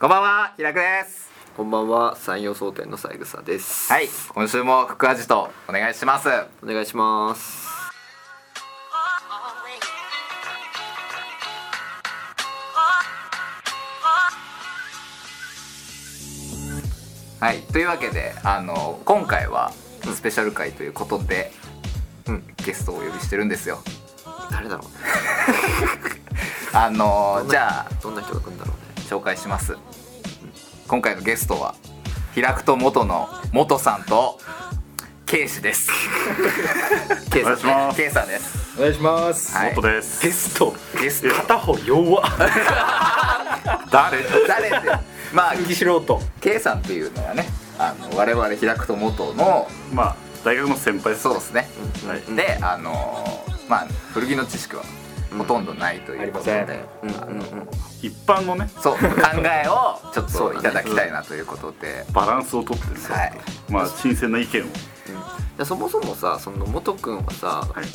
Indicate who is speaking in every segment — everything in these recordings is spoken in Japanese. Speaker 1: こんばんは、ひらくです。
Speaker 2: こんばんは、三洋総店の三草です。
Speaker 1: はい、今週も福味とお願いします。
Speaker 2: お願いします。
Speaker 1: はい、というわけで、あの今回はスペシャル回ということで、
Speaker 2: うん、
Speaker 1: ゲストをお呼びしてるんですよ。
Speaker 2: 誰だろうね。
Speaker 1: あの
Speaker 2: どんな
Speaker 1: じゃあ
Speaker 2: どんな人が来るんだろうね。
Speaker 1: 紹介します。今回のゲストは平久と元の元さんとケイシ です。
Speaker 2: ケイ
Speaker 3: お願いします
Speaker 1: ケイさんです。
Speaker 4: お願いします
Speaker 1: はい
Speaker 3: 元です
Speaker 4: ゲスト
Speaker 1: ゲス
Speaker 3: いや
Speaker 1: ト
Speaker 3: 片方弱誰
Speaker 1: 誰って、まあ
Speaker 4: 右素人
Speaker 1: K さんっていうのはねあの我々開くと元の
Speaker 3: まあ大学の先輩です
Speaker 1: そうですね、
Speaker 3: はい
Speaker 1: であのまあ古着の知識はほとんどないということで、
Speaker 4: ありま
Speaker 2: うんうんうん。
Speaker 3: 一般のね
Speaker 1: そう考えをちょっ
Speaker 2: そう
Speaker 1: と
Speaker 2: だね
Speaker 1: いただきたいなということで、
Speaker 3: バランスをとってね
Speaker 1: はい
Speaker 3: まあ新鮮な意見を
Speaker 2: でそもそもさ、その元くんはさ、
Speaker 3: はい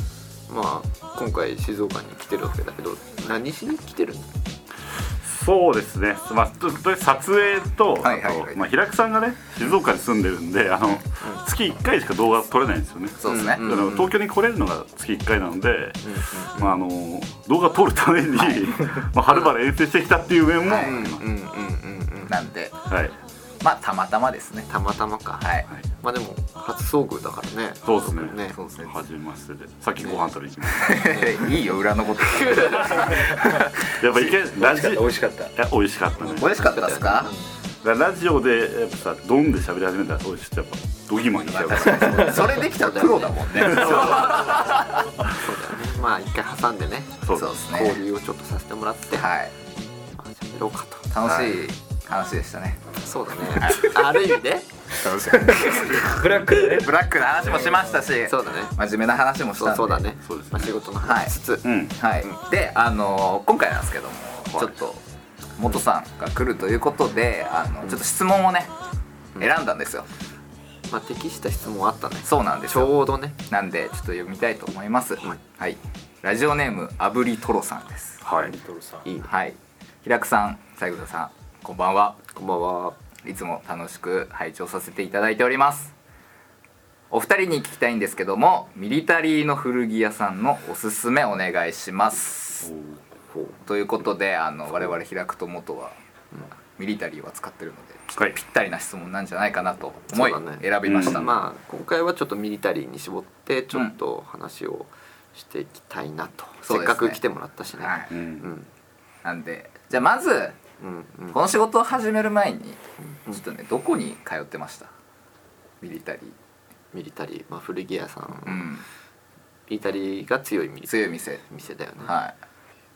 Speaker 2: まあ今回静岡に来てるわけだけど、何しに来てるの？
Speaker 3: そうですねまあととりあえず撮影と
Speaker 1: はいはいはい
Speaker 3: あとまあ平久さんがね静岡に住んでるんであの月1回しか動画撮れないんですよね
Speaker 1: そうですね、
Speaker 2: うん
Speaker 3: だから東京に来れるのが月1回なので、まあ、あの動画撮るために、 まあ、はるばる遠征してきたっていう面も
Speaker 1: は
Speaker 3: あ
Speaker 1: い
Speaker 3: り
Speaker 2: うん
Speaker 3: ま
Speaker 2: うん
Speaker 3: す、
Speaker 2: うんうんうん。
Speaker 1: なんで
Speaker 3: はい、
Speaker 1: まあたまたまですね
Speaker 2: たまたまか。
Speaker 1: はい
Speaker 2: まあでも初遭遇だからね。
Speaker 3: そうですね
Speaker 2: ね。
Speaker 1: そうですね
Speaker 3: 初めましてでさっきご飯食べに行きまし
Speaker 1: いいよ裏のこと
Speaker 3: たやっぱいけラジ
Speaker 4: 美味しかった
Speaker 3: いや美味しかったね
Speaker 1: 美味しかったですか
Speaker 3: だからラジオでやっぱさドンで喋り始めたらそうしてやっぱドギマギしちゃうから
Speaker 1: それできたら黒だもんね
Speaker 2: そうだよね。まあ一回挟んでね、
Speaker 3: そう
Speaker 1: そうです
Speaker 2: 交
Speaker 1: ね
Speaker 2: 流をちょっとさせてもらって、ま
Speaker 1: はい
Speaker 2: あ喋ろうかと。
Speaker 1: 楽しい話でしたね、
Speaker 2: そうだね。ある意味ね。
Speaker 1: 楽しい
Speaker 4: ブラックだね
Speaker 1: ブラックな話もしましたし、
Speaker 2: そうだね。
Speaker 1: 真面目な話もしたん
Speaker 2: そう
Speaker 1: で
Speaker 2: そうだね。
Speaker 3: そうですね
Speaker 2: まあ仕事の話しつつ、
Speaker 3: うん
Speaker 1: はい、であの今回なんですけども、
Speaker 3: はい
Speaker 1: ちょっと元さんが来るということであのちょっと質問をね、選んだんですよ
Speaker 2: まあ適した質問あったね。
Speaker 1: そうなんです
Speaker 2: ち
Speaker 1: よ
Speaker 2: ょうどね。
Speaker 1: なんでちょっと読みたいと思います、
Speaker 2: はい
Speaker 1: はい、ラジオネームあぶりとろさんです
Speaker 3: はい
Speaker 4: トルさん
Speaker 2: いいね。
Speaker 1: はい平久さん西郷さんこんばんは
Speaker 2: こんばんは。
Speaker 1: いつも楽しく拝聴させていただいておりますお二人に聞きたいんですけどもミリタリーの古着屋さんのおすすめお願いしますということであの我々開くと元は、ミリタリーは使ってるので
Speaker 3: はい
Speaker 1: ぴったりな質問なんじゃないかなと思い、
Speaker 2: そうだね
Speaker 1: 選びました、
Speaker 3: うん
Speaker 2: まあ今回はちょっとミリタリーに絞ってちょっと話をしていきたいなと。
Speaker 1: そうで
Speaker 2: せっ
Speaker 1: すね
Speaker 2: かく来てもらったしね。
Speaker 1: はい
Speaker 3: うん
Speaker 1: なんでじゃあまず
Speaker 2: うんうん。
Speaker 1: この仕事を始める前にちょっとねどこに通ってましたミリタリー
Speaker 2: ミリタリー、まあ古着屋さん。
Speaker 1: う
Speaker 2: ミ
Speaker 1: ん
Speaker 2: リタリーが強いミリ
Speaker 1: 強い店
Speaker 2: 店だよね。
Speaker 1: はい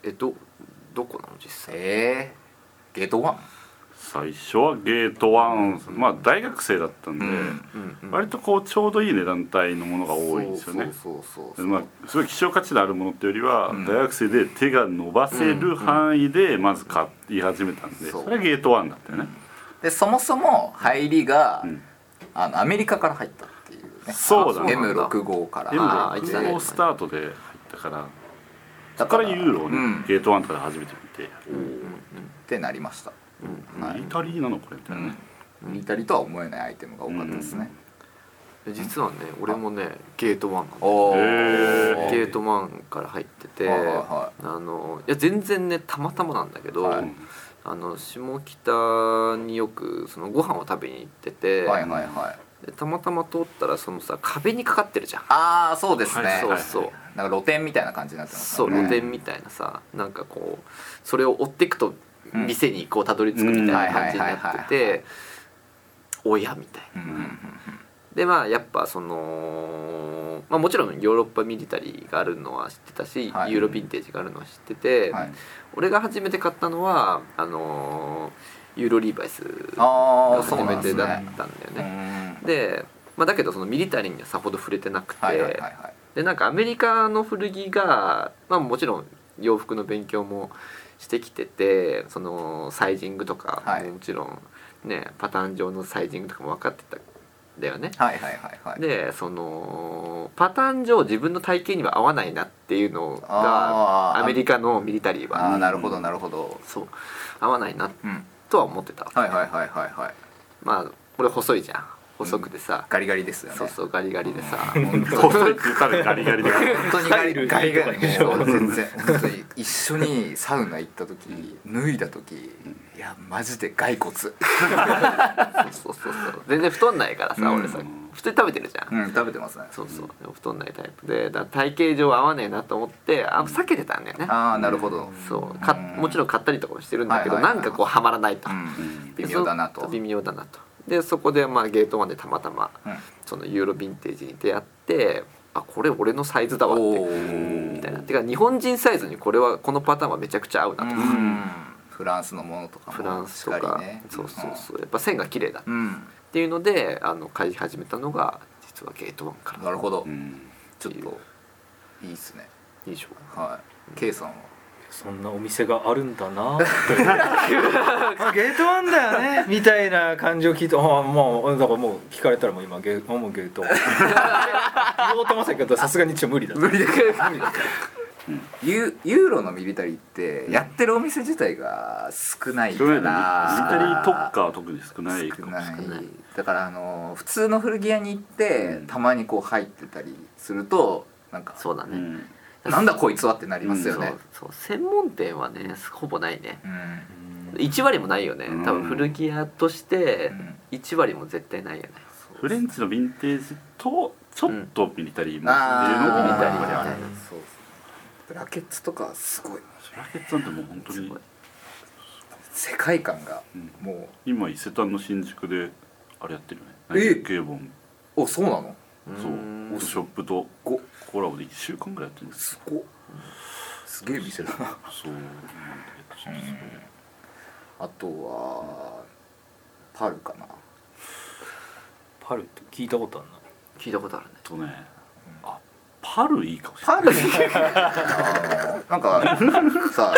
Speaker 2: えどどこなの実際？
Speaker 1: えー、ゲートワン
Speaker 3: 最初はゲートワンまあ大学生だったんで、
Speaker 1: うん
Speaker 2: うんうん。
Speaker 3: 割とこうちょうどいい値段帯のものが多いんですよね
Speaker 1: そうそうそうそう、
Speaker 3: まあ、すごい希少価値のあるものっていうよりは、
Speaker 1: うん
Speaker 3: 大学生で手が伸ばせる範囲でまず買い始めたんで、
Speaker 1: そう
Speaker 3: それがゲートワンだったよね、
Speaker 1: でそもそも入りが、
Speaker 3: うん
Speaker 1: あのアメリカから入ったっていうね
Speaker 3: そうだね
Speaker 1: M65 から
Speaker 2: あー
Speaker 3: M
Speaker 2: 一
Speaker 3: が
Speaker 2: 台
Speaker 3: こうスタートで入ったからそ
Speaker 1: だ
Speaker 3: こからユーロをね、
Speaker 1: うん、
Speaker 3: ゲートワンとかで初めて見て、
Speaker 1: ってなりました、はい
Speaker 3: ミリタリーなのこれみ
Speaker 1: う
Speaker 3: たいなね
Speaker 1: ん、ミリタリとは思えないアイテムが多かったですね、
Speaker 2: 実はね、俺もねゲートワンなの。
Speaker 1: おお、
Speaker 3: へー
Speaker 2: ゲートワンから入ってて、
Speaker 1: はいは
Speaker 2: あのいや全然ねたまたまなんだけど、
Speaker 1: はい
Speaker 2: あの下北によくそのご飯を食べに行ってて、
Speaker 1: はいはいはい
Speaker 2: でたまたま通ったらそのさ壁にかかってるじゃん、
Speaker 1: ああそうですね、
Speaker 3: はい
Speaker 2: そうそう、
Speaker 1: なんか露店みたいな感じになってます
Speaker 2: そ
Speaker 1: よ
Speaker 2: う
Speaker 1: ね
Speaker 2: 露店みたいなさなんかこうそれを追っていくと
Speaker 1: うん
Speaker 2: 店にこうたどり着くみたいな感じに
Speaker 1: う
Speaker 2: な
Speaker 1: んはいはい
Speaker 2: って
Speaker 1: はい
Speaker 2: ておやみたいな。
Speaker 1: うんうんうん
Speaker 2: でまあやっぱその、まあ、もちろんヨーロッパミリタリーがあるのは知ってたし、
Speaker 1: はい
Speaker 2: ユーロヴィンテージがあるのは知ってて、
Speaker 1: うんはい、
Speaker 2: 俺が初めて買ったのはあのーユーロリーバイスが
Speaker 1: ああそ
Speaker 2: 初
Speaker 1: う
Speaker 2: め
Speaker 1: なんで
Speaker 2: て
Speaker 1: す
Speaker 2: だっ
Speaker 1: ね
Speaker 2: たんだよ
Speaker 1: う
Speaker 2: ね。
Speaker 1: ん
Speaker 2: でまあ、だけどそのミリタリーにはさほど触れてなくて、
Speaker 1: はいはいはいはい
Speaker 2: でなんかアメリカの古着が、まあ、もちろん洋服の勉強もしてきててそのサイジングとか、
Speaker 1: はい
Speaker 2: もちろん、ね、パターン上のサイジングとかも分かってたんだよね。
Speaker 1: はいはいはいはい
Speaker 2: でそのパターン上自分の体型には合わないなっていうの
Speaker 1: あ
Speaker 2: が
Speaker 1: ー
Speaker 2: アメリカのミリタリー
Speaker 1: あ
Speaker 2: は
Speaker 1: あなるほどなるほど
Speaker 2: そう合わないなっ
Speaker 1: うん
Speaker 2: とは思ってた、
Speaker 1: はいはいはいはいはい
Speaker 2: まあ俺細いじゃん細くてさ、
Speaker 1: ガリガリですよね
Speaker 2: そうそうガリガリでさ、
Speaker 3: 細いって言ったらガリガリで
Speaker 1: 本当にガリガリガリガリ
Speaker 4: ス
Speaker 1: もう全然本当に一緒にサウナ行った時脱いだ時いやマジで骸骨
Speaker 2: そうそうそう全然太んないからさ、
Speaker 1: うん
Speaker 2: 俺さ普通に食べてるじゃん、
Speaker 1: うん食べてますね
Speaker 2: そうそうでも太んないタイプでだから体型上合わねえなと思ってあ避けてたんだよね
Speaker 1: ああなるほど
Speaker 2: そうかもちろん買ったりとかもしてるんだけど、
Speaker 1: はいはいはい
Speaker 2: なんかこうはまらないと、
Speaker 1: うん
Speaker 2: で
Speaker 1: 微妙だなと
Speaker 2: そう微妙だなとでそこでまあゲートワンでたまたま
Speaker 1: うん
Speaker 2: そのユーロヴィンテージに出会ってあこれ俺のサイズだわって
Speaker 1: おー
Speaker 2: みたいなてか日本人サイズにこれはこのパターンはめちゃくちゃ合う
Speaker 1: う
Speaker 2: なと、
Speaker 1: んフランスのものとかも
Speaker 2: フランスと
Speaker 1: しっ
Speaker 2: か、
Speaker 1: りね
Speaker 2: そうそうそうやっぱ線が綺麗だっ
Speaker 1: うん
Speaker 2: ていうのであの買い始めたのが実はゲートワンから
Speaker 1: なるほどち
Speaker 2: て
Speaker 1: ょっ
Speaker 2: いう
Speaker 1: といいっすね
Speaker 2: いいでしょ
Speaker 1: はいケイさんは
Speaker 4: そんなお店があるんだなって ゲートワンだ よねみたいな感じを聞いてああもうだからもう聞かれたらもう今ゲーもうゲートワン言おうと思ってたけどさすがにちょっと無理だ
Speaker 1: 無理だ無理だユユーロのミリタリーってやってるお店自体が少ないか
Speaker 3: 少ない
Speaker 1: ら
Speaker 3: のにミリタリー特化は特に少ないか
Speaker 1: 少
Speaker 3: も
Speaker 1: ない
Speaker 2: 少ない
Speaker 1: だからあの普通の古着屋に行って、
Speaker 3: うん
Speaker 1: たまにこう入ってたりするとなんか
Speaker 2: うそうだね、
Speaker 3: うん
Speaker 1: なんだこいつはってなりますよね、
Speaker 2: そうそう専門店はねほぼないね
Speaker 1: うん
Speaker 2: 1割もないよね
Speaker 3: うん
Speaker 2: 多分古着屋として
Speaker 1: うん
Speaker 2: 1割も絶対ないよね
Speaker 3: フレンチのヴィンテージとちょっとミリタリーもっていうのも
Speaker 1: あ
Speaker 3: や
Speaker 1: ー
Speaker 3: っ
Speaker 2: ミリタリー
Speaker 3: ぱりあ
Speaker 2: ね
Speaker 3: る
Speaker 1: そうそうブラケッツとかすごい
Speaker 3: ブラケッツなんてもう本当
Speaker 2: す
Speaker 3: に
Speaker 2: ごい
Speaker 1: 世界観が
Speaker 3: うん
Speaker 1: も
Speaker 3: 今伊勢丹の新宿であれやってるよね
Speaker 1: え
Speaker 3: ナイキケーボン
Speaker 1: うおそうなの
Speaker 3: そううんショップと
Speaker 1: ご
Speaker 3: コラボで1週間ぐらいやってるんです
Speaker 1: すごすげえ店だな
Speaker 3: そうなんで
Speaker 1: あとはパルかな
Speaker 4: パルって聞いたことあるな
Speaker 2: 聞いたことあるね
Speaker 3: えっとねあパルいいかもしれない
Speaker 1: パルなんかさ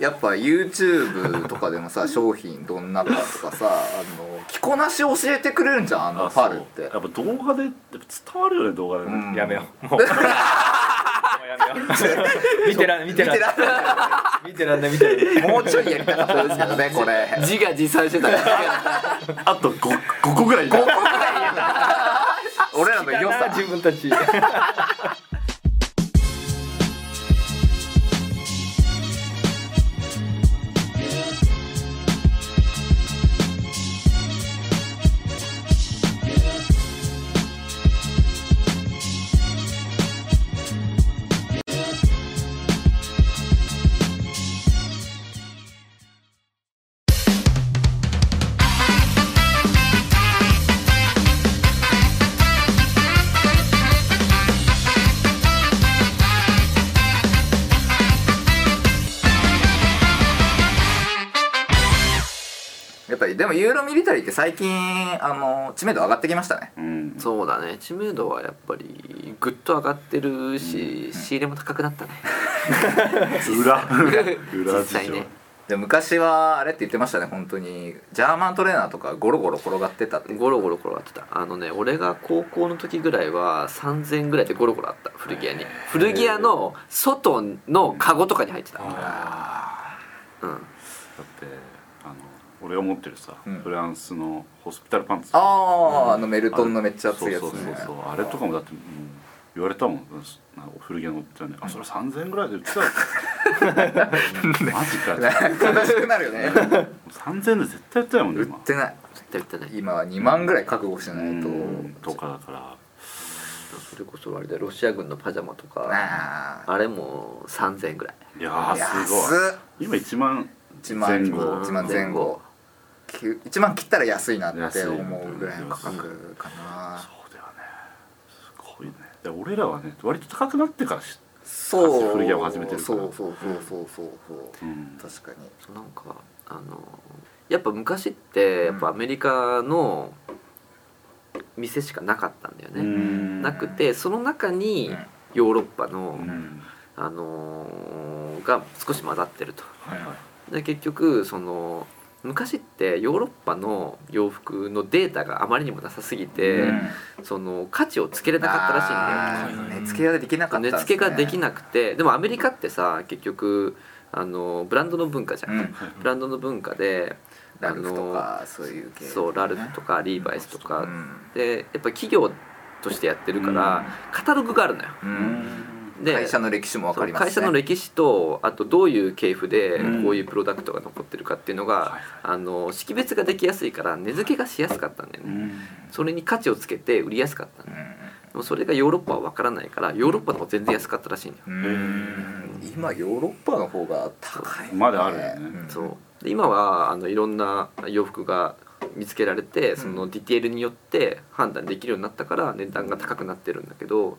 Speaker 1: やっぱ YouTube とかでもさ商品どんなかとかさあの着こなし教えてくれるんじゃんあの
Speaker 3: あそ
Speaker 1: パ
Speaker 3: う
Speaker 1: ルって
Speaker 3: やっぱ動画でやっぱ伝わるよね動画でね、
Speaker 1: うん
Speaker 4: やめようもうもうやめよう見てらん見てらん見てらんない見てらんない
Speaker 1: もうちょいやりたかったですけどねこれ
Speaker 2: 自画自賛してたから
Speaker 3: あと 5, 5個ぐらいいる
Speaker 1: 俺らの良さ
Speaker 4: 自分たち
Speaker 1: やっぱりでもユーロミリタリーって最近あの知名度上がってきましたね
Speaker 3: うん
Speaker 2: そうだね知名度はやっぱりぐっと上がってるし、仕入れも高くなったね
Speaker 3: 裏裏
Speaker 2: 実
Speaker 3: 事
Speaker 2: 際
Speaker 3: 情、
Speaker 2: ね
Speaker 1: で昔はあれって言ってましたね本当にジャーマントレーナーとかゴロゴロ転がってたって
Speaker 2: ゴロゴロ転がってたあのね俺が高校の時ぐらいは3000ぐらいでゴロゴロあった古着屋に古着屋の外のカゴとかに入ってたうん
Speaker 3: だってあの俺が持ってるさ、
Speaker 1: うん
Speaker 3: フランスのホスピタルパンツ
Speaker 1: ああ、あのメルトンのめっちゃ熱いやつね
Speaker 3: そうそうそうそうあれとかもだってもう言われたもんなんか古着屋のおっちゃんに「あそれ3000円ぐらいで売ってたよ」 マジかよ
Speaker 1: 悲しくなるよね
Speaker 3: 3000円で絶対売ってないもんね
Speaker 1: 売っ
Speaker 3: 今
Speaker 1: てない
Speaker 2: 絶対売ってない
Speaker 1: 今は2万ぐらい覚悟しないと
Speaker 3: うんとかだから
Speaker 2: それこそあれだよロシア軍のパジャマとか
Speaker 1: ああ
Speaker 2: あれも3000円ぐらい
Speaker 3: いやーすごい
Speaker 1: 安っ
Speaker 3: 今1万
Speaker 1: 1万
Speaker 3: 前
Speaker 1: 前
Speaker 3: 後
Speaker 1: 後1万前後きゅ1万切ったら安いなって
Speaker 3: 安い
Speaker 1: 思うぐらいの価格かな
Speaker 3: そうだよねすごいねで俺らはね割と高くなってからし
Speaker 1: そう
Speaker 3: 古着屋を始めてるから
Speaker 1: そうそうそうそうそうそう
Speaker 3: うん
Speaker 1: 確かに
Speaker 2: そうなんかあのやっぱ昔ってやっぱアメリカの店しかなかったんだよね、
Speaker 3: ん
Speaker 2: なくてその中に
Speaker 1: うん
Speaker 2: ヨーロッパの、
Speaker 3: うん
Speaker 2: あのーが少し混ざってると
Speaker 3: はいはい
Speaker 2: で結局その昔ってヨーロッパの洋服のデータがあまりにもなさすぎて、
Speaker 1: うん
Speaker 2: その価値をつけれなかったらしいんだよね
Speaker 1: あー値付けができなかったん
Speaker 2: 値
Speaker 1: すね
Speaker 2: 付けができなくてでもアメリカってさ結局あのブランドの文化じゃん、
Speaker 1: うん
Speaker 2: ブランドの文化で
Speaker 1: ラルフとかそういう系
Speaker 2: そうラルフとかリーバイスとか、
Speaker 1: うん
Speaker 2: でやっぱ企業としてやってるから、
Speaker 3: うん
Speaker 2: カタログがあるのよ
Speaker 1: うん
Speaker 2: で
Speaker 1: 会社の歴史も分かりますね
Speaker 2: 会社の歴史とあとどういう系譜で
Speaker 3: うん
Speaker 2: こういうプロダクトが残ってるかっていうのが、あの識別ができやすいから値付けがしやすかったんだよね、それに価値をつけて売りやすかったんだよでもそれがヨーロッパは分からないからヨーロッパの方が全然安かったらしいんだよ、
Speaker 1: うんうん今ヨーロッパの方が高いね
Speaker 3: まだあるよね
Speaker 1: ん
Speaker 2: そうで今はあのいろんな洋服が見つけられてそのディテールによって判断できるようになったから値段が高くなってるんだけど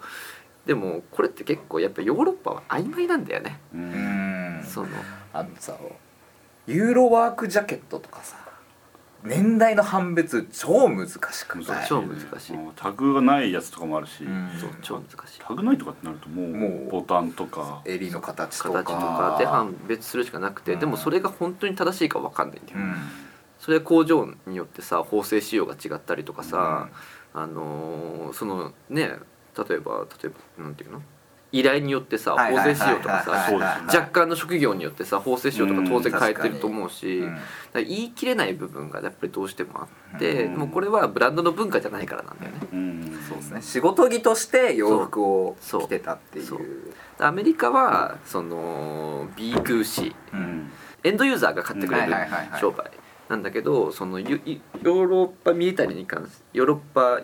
Speaker 2: でもこれって結構やっぱヨーロッパは曖昧なんだよね
Speaker 3: う
Speaker 1: うんん
Speaker 2: その
Speaker 1: あのさユーロワークジャケットとかさ年代の判別超難しく
Speaker 3: 難しい
Speaker 1: な
Speaker 3: ね
Speaker 1: い
Speaker 2: 超難しい
Speaker 3: もうタグがないやつとかもあるし、
Speaker 1: うん
Speaker 2: そう超難しい
Speaker 3: タグないとかってなるともう
Speaker 1: もう
Speaker 3: ボタンとか
Speaker 1: 襟の形とか
Speaker 2: 形とかで判別するしかなくて、
Speaker 1: うん
Speaker 2: でもそれが本当に正しいか分かんないんだよ、
Speaker 1: うん
Speaker 2: それは工場によってさ縫製仕様が違ったりとかさ、あのーそのね例えば例えばなんていうの依頼によってさ
Speaker 1: はい
Speaker 2: 縫
Speaker 1: はいはい
Speaker 2: 製仕様とか
Speaker 1: はい
Speaker 2: さ
Speaker 1: はいはい
Speaker 3: そうです
Speaker 2: 若干の職業によってさ縫製仕様とか当然
Speaker 1: うん
Speaker 2: 変えてると思うし、
Speaker 1: うん
Speaker 2: だから言い切れない部分がやっぱりどうしてもあって、
Speaker 3: うん
Speaker 2: でもこれはブランドの文化じゃないからなんだよね。
Speaker 3: うん
Speaker 1: そうですね仕事着として洋服を着てたってい
Speaker 2: そう
Speaker 1: う
Speaker 2: アメリカはその B2C
Speaker 1: う
Speaker 3: うんん
Speaker 2: エンドユーザーが買ってくれ
Speaker 1: はい
Speaker 2: る
Speaker 1: はいはいはい
Speaker 2: 商売なんだけどそのヨヨーロッパミリタリーに関しヨーロッパ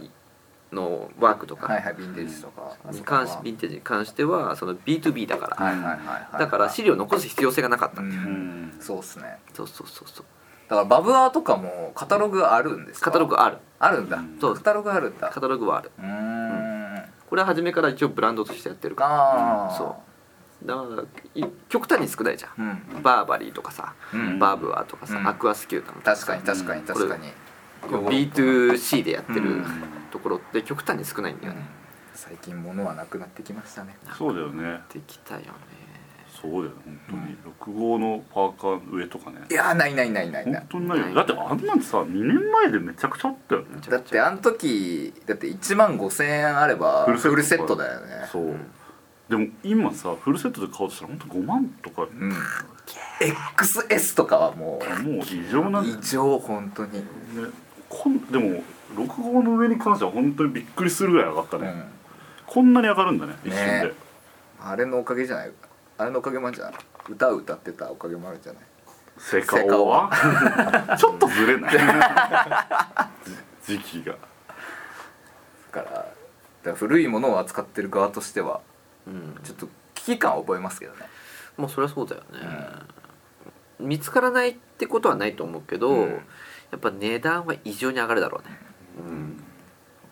Speaker 2: のワークと
Speaker 1: はい
Speaker 2: か
Speaker 1: はいヴィンテージとか
Speaker 2: に関しヴィンテージに関してはその B2B だから、
Speaker 1: はいはいはいはい
Speaker 2: だから資料残す必要性がなかった、
Speaker 1: う
Speaker 3: うんん
Speaker 1: そうですね
Speaker 2: そうそうそうそう
Speaker 1: だからバブアーとかもカタログあるんですか
Speaker 2: カタログある
Speaker 1: あるんだ
Speaker 2: そう
Speaker 1: カタログあるんだ
Speaker 2: カタログはある
Speaker 1: うーんあ
Speaker 2: これは初めから一応ブランドとしてやってるか
Speaker 1: あー
Speaker 2: そらだからい極端に少ないじゃん、
Speaker 1: うん
Speaker 2: バーバリーとかさ、
Speaker 1: うん
Speaker 2: バーブアとかさ、
Speaker 1: うん
Speaker 2: アクアスキュータとか
Speaker 1: 確
Speaker 2: さ
Speaker 1: かに確かに
Speaker 3: うん
Speaker 1: 確かに
Speaker 2: B2C でやって
Speaker 1: う
Speaker 2: る
Speaker 1: ん
Speaker 2: ところって極端に少ないんだよね、
Speaker 1: 最近物はなくなってきましたね
Speaker 3: そうだよね
Speaker 2: できたよね
Speaker 3: そうだよ本当に、六号のパーカー上とかね
Speaker 1: いやーないないないないない
Speaker 3: 本当にないよだってあんなんてさ2年前でめちゃくちゃあったよね
Speaker 1: だってあの時だって1万5,000円あれば
Speaker 3: フ
Speaker 1: フ
Speaker 3: ルセット
Speaker 1: ルセットだよね
Speaker 3: そう、でも今さフルセットで買おうとしたら本当5万とか、
Speaker 1: うん XS とかはも
Speaker 3: もう異常な
Speaker 1: うん
Speaker 3: だよ
Speaker 1: 異常本当に
Speaker 3: ねこんでも6号の上に関しては本当にびっくりするぐらい上がった
Speaker 1: う
Speaker 3: ね、
Speaker 1: ん
Speaker 3: こんなに上がるんだね一瞬で、
Speaker 1: ねあれのおかげじゃないあれのおかげもあるんじゃない歌を歌ってたおかげもあるんじゃない
Speaker 3: セカオワちょっとずれないじ時期が
Speaker 1: だからだから古いものを扱ってる側としては
Speaker 2: うん
Speaker 1: ちょっと危機感を覚えますけどね
Speaker 2: まあそりゃそうだよね、見つからないってことはないと思うけど、
Speaker 1: うん
Speaker 2: やっぱ値段は異常に上がるだろうね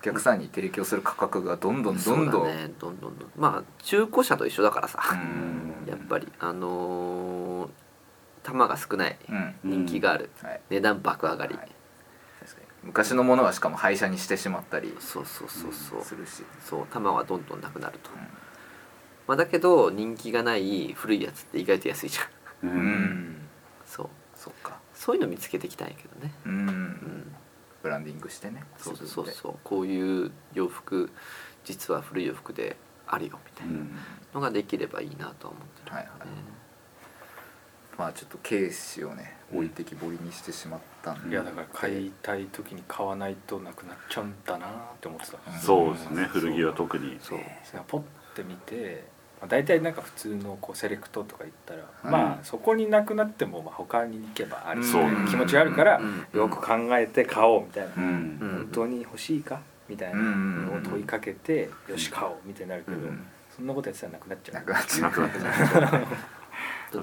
Speaker 1: お客さんに提供する価格がどんどんどん
Speaker 2: そ
Speaker 1: ど
Speaker 2: うんだねどんどんどんまあ中古車と一緒だからさ、
Speaker 1: うん
Speaker 2: やっぱりあのー玉が少ない、
Speaker 1: うんはい
Speaker 2: 人気がある、
Speaker 1: 確か
Speaker 2: 値段爆上がり、
Speaker 1: はいに昔のものはしかも廃車にしてしまったり
Speaker 2: そうそうそうそう、
Speaker 1: するし
Speaker 2: そう玉はどんどんなくなると、
Speaker 1: ん
Speaker 2: まあ、だけど人気がない古いやつって意外と安いじゃん
Speaker 3: う
Speaker 1: うん
Speaker 2: そう
Speaker 1: そっか
Speaker 2: そういうの見つけていきたいけどね
Speaker 1: うん、
Speaker 2: うん
Speaker 1: ブランディングしてね
Speaker 2: そうそう
Speaker 1: 自
Speaker 2: そうこういう洋服実は古い洋服であるよみた
Speaker 3: う
Speaker 2: いなんのができればいいなとは思って
Speaker 1: 分で
Speaker 2: る、
Speaker 1: はいはい、まあちょっとケースをね置いてきぼりにしてしまったん
Speaker 4: い
Speaker 1: で、
Speaker 4: やだから買いたい時に買わないとなくなっちゃうんだなって思ってた
Speaker 3: そうですね古着は特に
Speaker 2: そう
Speaker 4: それがポッて見て、まあ、大体なんか普通のこうセレクトとか言ったら、
Speaker 1: うん
Speaker 4: まあそこになくなってもまあ他に行けばあるみたいな
Speaker 3: そう
Speaker 4: 気持ちがあるから、
Speaker 2: うん
Speaker 4: よく考えて買おうみたいな、
Speaker 3: うん
Speaker 2: うん
Speaker 4: 本当に欲しいかみたいな
Speaker 1: うん
Speaker 4: のを問いかけて、よし買おうみたいになるけど、
Speaker 2: うん
Speaker 4: そんなことやってたらなくなっちゃ
Speaker 1: な
Speaker 4: う
Speaker 1: くなっちゃ
Speaker 3: な
Speaker 1: う
Speaker 3: くなってない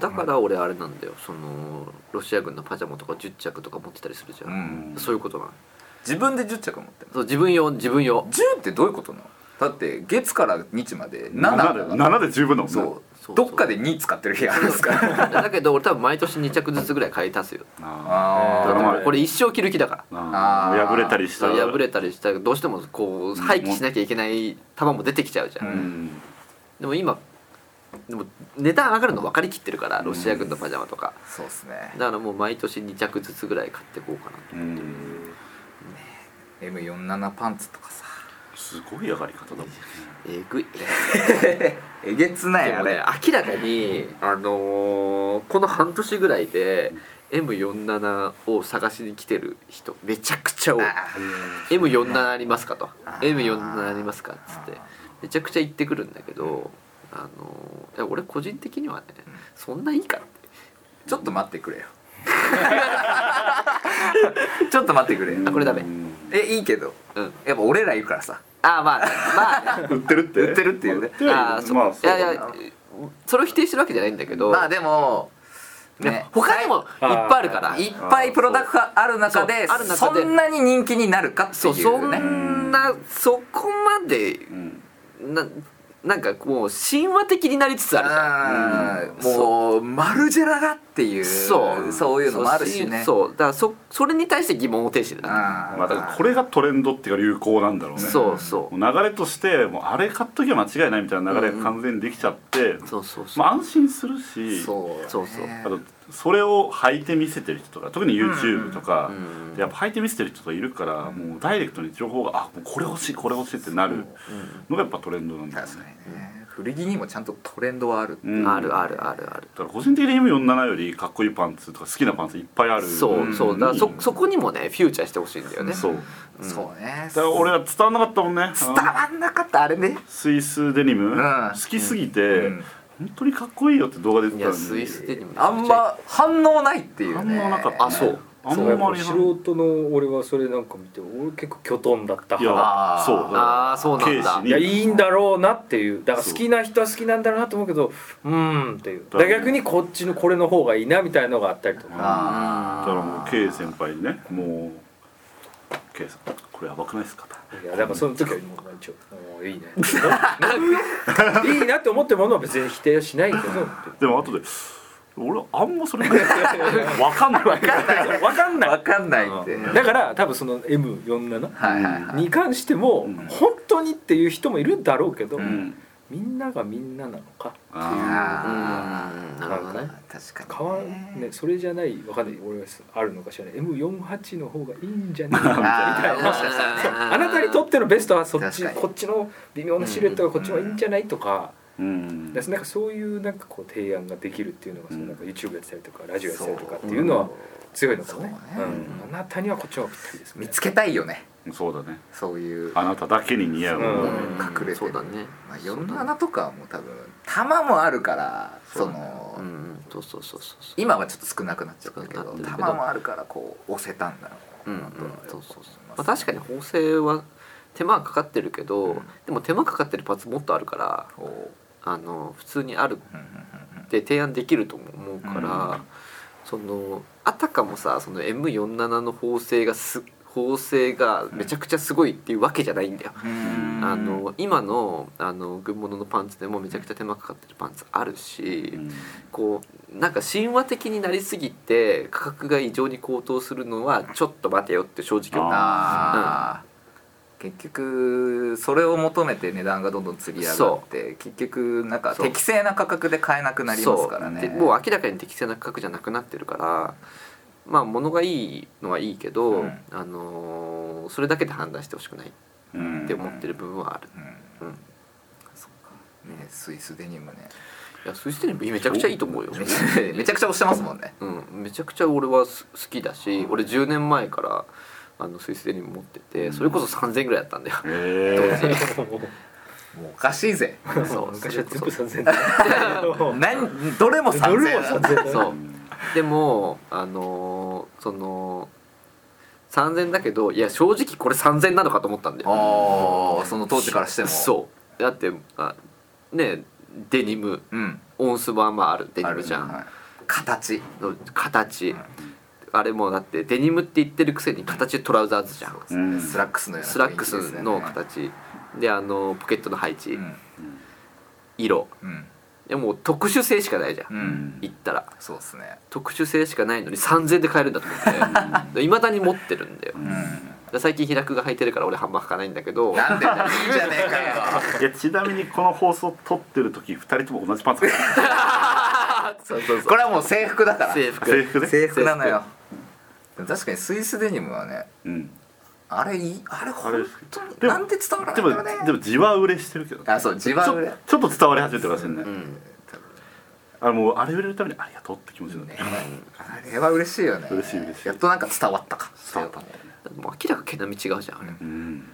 Speaker 2: だから俺あれなんだよそのロシア軍のパジャマとか10着とか持ってたりするじゃ、
Speaker 1: うんん、
Speaker 2: そういうことなの
Speaker 1: 自分で10着持ってる
Speaker 2: そう自分用自分用
Speaker 1: 10ってどういうことなのだって月から日まで7
Speaker 3: 7で
Speaker 1: だから
Speaker 3: 7で十分だもんね
Speaker 1: そう
Speaker 2: そう
Speaker 1: どっかで2使ってる日あるんですか
Speaker 2: だけど俺多分毎年2着ずつぐらい買い足すよ
Speaker 3: あ
Speaker 1: あー
Speaker 2: だからもう
Speaker 3: ー
Speaker 2: これ一生着る気だから
Speaker 3: あ
Speaker 1: あー
Speaker 3: ー破れたりした
Speaker 2: そう
Speaker 3: ら
Speaker 2: 破れたりしたらどうしてもこう廃棄しなきゃいけない玉も出てきちゃうじゃん、
Speaker 1: う
Speaker 3: うん
Speaker 2: でも今でも値段上がるの分かりきってるからロシア軍のパジャマとか、
Speaker 1: そうですね
Speaker 2: だからもう毎年2着ずつぐらい買ってこうかな
Speaker 3: う
Speaker 2: と
Speaker 3: ん
Speaker 1: M47 パンツとかさ
Speaker 3: すごい上がり方だもんね
Speaker 2: えぐい
Speaker 1: えげつない
Speaker 2: で
Speaker 1: あ
Speaker 2: も
Speaker 1: れ
Speaker 2: ね明らかにあのーこの半年ぐらいで M47 を探しに来てる人めちゃくちゃ多い
Speaker 1: あ
Speaker 2: M47 ありますかと
Speaker 1: あー
Speaker 2: M47 ありますかっつってめちゃくちゃ言ってくるんだけどあのいや俺個人的にはねそんないいかって
Speaker 1: ちょっと待ってくれよ ちょっと待ってくれよ
Speaker 2: あこれダメ
Speaker 3: うん
Speaker 1: えいいけど
Speaker 2: うん
Speaker 1: やっぱ俺らいるからさ
Speaker 2: あーまあねまあね
Speaker 3: 売ってるって
Speaker 1: 売ってるっていうね
Speaker 3: 売っ
Speaker 2: あー
Speaker 3: て
Speaker 2: そ
Speaker 3: るまあ
Speaker 2: いやい
Speaker 1: だ
Speaker 2: や
Speaker 1: ない
Speaker 2: それを否定してるわけじゃないんだけど
Speaker 1: まあでもね
Speaker 2: 他にもいっぱいあるから
Speaker 1: いっぱいプロダクトがある中で
Speaker 2: そうある中
Speaker 1: そ
Speaker 2: で
Speaker 1: んなに人気になるかって
Speaker 2: そう
Speaker 1: い
Speaker 2: そ
Speaker 1: うんね
Speaker 2: なそこまで
Speaker 3: うん
Speaker 2: ななんかもう神話的になりつつあるじゃん
Speaker 1: うんもうマルジェラがっていう
Speaker 2: そう
Speaker 1: そういうのもあるしねう
Speaker 2: そうだからそそれに対して疑問を呈してる
Speaker 1: ん
Speaker 2: な
Speaker 3: まあだからこれがトレンドっていうか流行なんだろうね
Speaker 2: そうそ
Speaker 3: もう流れとしてもうあれ買っときゃ間違いないみたいな流れが完全にできちゃって、
Speaker 2: うそうそうそう、
Speaker 3: まあ、安心するし
Speaker 1: そう
Speaker 2: そうそう
Speaker 3: あとそれを履いて見せてる人とか特に YouTube とか、
Speaker 2: うん
Speaker 3: やっぱ履いて見せてる人がいるから、もうダイレクトに情報があもうこれ欲しいこれ欲しいってなるのがやっぱトレンドなんだよね
Speaker 1: 確かにね古着にもちゃんとトレンドはある
Speaker 3: うん
Speaker 2: あるあるあるある
Speaker 3: だから個人的に M47 よりかっこいいパンツとか好きなパンツいっぱいある
Speaker 2: そうそうだからそそこにもねフューチャーしてほしいんだよね
Speaker 3: そうだ
Speaker 1: そうね
Speaker 3: から俺は伝わんなかったもんね
Speaker 1: 伝わんなかったあれね
Speaker 3: スイスデニ
Speaker 1: ん
Speaker 3: ム、好きすぎて、
Speaker 1: うん
Speaker 3: 本当にかっこいいよって動画で言
Speaker 2: い
Speaker 3: ってた
Speaker 2: や
Speaker 3: のに
Speaker 2: スイスデニム
Speaker 1: あんま反応ないっていうね
Speaker 3: 反応なかったね
Speaker 2: あそう
Speaker 3: あん
Speaker 4: そうやっ
Speaker 3: ま
Speaker 4: ぱ
Speaker 3: り
Speaker 4: 素人の俺はそれなんか見て俺結構きょとんだった
Speaker 3: いや
Speaker 4: 派
Speaker 1: あー
Speaker 3: そう
Speaker 2: あーそうなんだ
Speaker 3: 軽視
Speaker 4: いや
Speaker 3: に
Speaker 4: いいんだろうなっていうだから
Speaker 3: そう
Speaker 4: 好きな人は好きなんだろうなと思うけどうーんっていう
Speaker 3: だから
Speaker 4: だから逆にこっちのこれの方がいいなみたいのがあったりとか
Speaker 1: あ
Speaker 3: だ
Speaker 1: ー
Speaker 3: からもう K 先輩にねもう K さんこれやばくないですかと
Speaker 4: いやだからその時はもう一応もういいねいいなって思ってるものは別に否定はしないけど
Speaker 3: でも後で俺あんまそれわかんない
Speaker 4: わかんない
Speaker 1: わかんないって
Speaker 4: だから多分その M47
Speaker 1: はいはいはい
Speaker 4: に関しても
Speaker 3: うん
Speaker 4: 本当にっていう人もいるんだろうけど、
Speaker 3: うん
Speaker 4: みんながみんななのか
Speaker 3: あ
Speaker 2: う
Speaker 1: あ
Speaker 2: んなるほどね
Speaker 1: ー確
Speaker 4: 変
Speaker 1: か
Speaker 4: わ
Speaker 1: に
Speaker 4: んねそれじゃないわかんない俺はあるのかしらない M48 の方がいいんじゃないかみたい
Speaker 1: あー
Speaker 4: な
Speaker 1: もしかしたらね
Speaker 4: あなたにとってのベストはそっ
Speaker 1: 確
Speaker 4: ち
Speaker 1: かに
Speaker 4: こっちの微妙なシルエットがこっちもいいんじゃないとか,、
Speaker 3: うん
Speaker 4: だしなんかそういうなんかこう提案ができるっていうのが、その
Speaker 3: うん
Speaker 4: なんか YouTube やってたりとかラジオやってたりとかっていうのは強いのかもね
Speaker 1: そう
Speaker 4: う
Speaker 1: ね
Speaker 4: ん、あなたにはこっちの方がぴったりですね
Speaker 1: 見つけたいよね
Speaker 3: そうだね
Speaker 1: そういう
Speaker 3: あなただけに似合うもの
Speaker 4: う
Speaker 1: 隠れてる
Speaker 2: そうだね
Speaker 1: まあ世の穴とかはもう多分玉もあるからその
Speaker 2: うんそうそうそうそうそう
Speaker 1: 今はちょっと少なくなっちゃったけ
Speaker 2: 少なくな
Speaker 1: ど
Speaker 2: ってるけど
Speaker 1: 玉もあるからこう押せたんだろう
Speaker 2: うんうん
Speaker 1: なとは
Speaker 2: そうそうそうま
Speaker 1: 思い
Speaker 2: あ、
Speaker 1: ます
Speaker 2: 確かに縫製は手間はかかってるけど、
Speaker 1: うん
Speaker 2: でも手間かかってるパーツもっとあるから
Speaker 1: こう
Speaker 2: あの普通にある
Speaker 1: うんうんうんうん
Speaker 2: って提案できると思うから、
Speaker 1: うん
Speaker 2: そのあたかもさその M47 の縫製がす縫製がめちゃくちゃすごいっていうわけじゃないんだよ。
Speaker 1: うん
Speaker 2: あの今のあの軍物のパンツでもめちゃくちゃ手間かかってるパンツあるし、
Speaker 3: うん
Speaker 2: こうなんか神話的になりすぎて価格が異常に高騰するのはちょっと待てよって正直思う
Speaker 1: あー結局それを求めて値段がどんどんつり上がって結局なんか
Speaker 2: そう
Speaker 1: 適正な価格で買えなくなりますからね
Speaker 2: そうでもう明らかに適正な価格じゃなくなってるからまあ物がいいのはいいけど、
Speaker 1: うん
Speaker 2: あのーそれだけで判断してほしくない
Speaker 3: うん
Speaker 2: って思ってる部分はある、
Speaker 1: う
Speaker 2: うんい
Speaker 1: んねスイスデニムね
Speaker 2: やスイステレビめちゃくちゃいいと思うよ、
Speaker 1: めちゃくちゃ押してますもんね
Speaker 2: うん、めちゃくちゃ俺はす好きだし俺10年前からあのスイステレビ持っててそれこそ3000円ぐらいだったんだよ、
Speaker 3: へえ
Speaker 1: もうおかしいぜ
Speaker 2: そう
Speaker 4: 昔は全部
Speaker 2: そ
Speaker 4: 3000円
Speaker 1: 何どれも
Speaker 4: ドル
Speaker 1: 3000
Speaker 4: は3000円
Speaker 2: うでもあのーその3000だけどいや正直これ3000なのかと思ったんだよ
Speaker 1: ああその当時からしても
Speaker 2: そうだってあねデニム
Speaker 1: う、うん、
Speaker 2: 音数はまああるデニムじゃ
Speaker 1: あるねは
Speaker 2: ん
Speaker 1: い形
Speaker 2: の形、あれもだってデニムって言ってるくせに形トラウザーズじゃん
Speaker 1: そうですね
Speaker 3: うん
Speaker 1: スラックスのような
Speaker 2: スラック
Speaker 1: 雰囲気です
Speaker 2: ス
Speaker 1: ね
Speaker 2: の形で,、あのポケットの配置、
Speaker 1: うん
Speaker 2: 色
Speaker 1: うん
Speaker 2: でもう特殊性しかないじゃん、
Speaker 1: うん
Speaker 2: 言ったら
Speaker 1: そうですね
Speaker 2: 特殊性しかないのに3000で買えるんだと思っていまだに持ってるんだよ
Speaker 1: うん
Speaker 2: で最近平くが履いてるから俺はんま履かないんだけど
Speaker 1: なんでだいいじゃねえかよ
Speaker 3: いやちなみにこの放送撮ってる時二人とも同じパンツ履いてる
Speaker 2: そうそう
Speaker 1: これはもう制服だから
Speaker 2: 制服
Speaker 3: 制服ね
Speaker 1: 制服なのよでも確かにスイスデニムはね
Speaker 3: うん
Speaker 1: あれいいあれ
Speaker 3: あれ
Speaker 1: 本当に
Speaker 3: でも
Speaker 1: なんで伝わらない
Speaker 3: で
Speaker 1: んだろうね
Speaker 3: もでも地は売れしてるけど
Speaker 1: あそう地
Speaker 3: ち
Speaker 1: 盤
Speaker 3: ょちょっと伝わり始めてるらしいね
Speaker 2: うん
Speaker 3: あもうあれ売れるためにありがとうって気持ちになる、
Speaker 1: あれは嬉しいよね
Speaker 3: 嬉しい嬉しい
Speaker 1: やっとなんか伝わったか
Speaker 3: 伝わったね
Speaker 2: もう明らか毛並み違うじゃんあれ、
Speaker 1: うん
Speaker 3: うん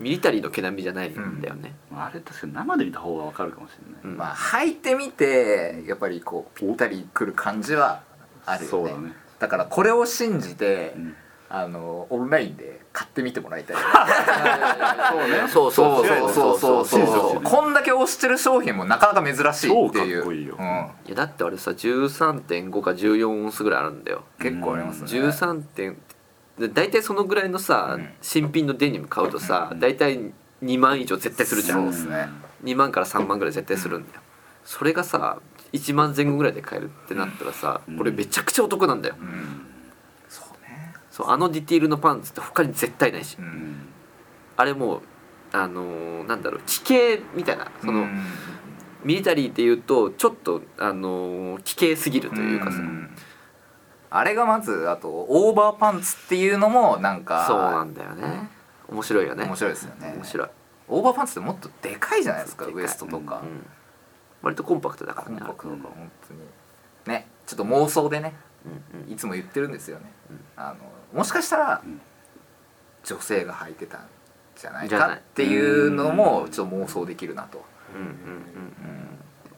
Speaker 2: ミリタリーの毛並みじゃないんだよね、
Speaker 3: まああれ確かに生で見た方がわかるかもしれない、
Speaker 2: うん
Speaker 1: まあ履いてみてやっぱりこうぴったりくる感じはあるよね
Speaker 3: そうだね
Speaker 1: からこれを信じて、
Speaker 3: うん
Speaker 1: あのオンラインで買ってみてもらいた い
Speaker 2: そうそうそうそうそうそう
Speaker 3: そうそうそう
Speaker 1: こんだけ推してる商品もなかなか珍しいっていう
Speaker 3: 超かっこいいよ
Speaker 1: うん、
Speaker 2: いやだってあれさ13.5か14オンスぐらいあるんだよ
Speaker 1: 結構ありますね
Speaker 2: 13点で大体そのぐらいのさ、
Speaker 1: うん
Speaker 2: 新品のデニム買うとさ、大体2万以上絶対するじゃ
Speaker 1: そうんですね
Speaker 2: 2万から3万ぐらい絶対するんだよそれがさ1万前後ぐらいで買えるってなったらさ、
Speaker 3: うん
Speaker 2: これめちゃくちゃお得なんだよ、
Speaker 1: そうね
Speaker 2: そうあのディティールのパンツって他に絶対ないし、
Speaker 1: う
Speaker 3: うんん
Speaker 2: あれもうあのーなんだろう地形みたいなそ
Speaker 1: う
Speaker 2: の、
Speaker 1: ん
Speaker 2: ミリタリーっていうとちょっとあのー奇形すぎるというかさ、
Speaker 1: んあれがまずあとオーバーパンツっていうのもなんか
Speaker 2: そうなんだよね面白いよね
Speaker 1: 面白いですよね
Speaker 2: 面白い、
Speaker 1: オーバーパンツってもっとでかいじゃないですか
Speaker 2: でか
Speaker 1: ウ
Speaker 2: い
Speaker 1: エストとか、
Speaker 2: うん割とコンパクトだから
Speaker 1: コン
Speaker 2: ね
Speaker 1: パクトとか本当にねちょっと妄想でね
Speaker 2: うんうん
Speaker 1: いつも言ってるんですよね、
Speaker 2: うん
Speaker 1: あのもしかしたら、
Speaker 3: うん
Speaker 1: 女性が履いてたんじゃない
Speaker 2: じゃ
Speaker 1: か
Speaker 2: ない
Speaker 1: っていうのもちょっと妄想できるなと、
Speaker 2: うんうんうん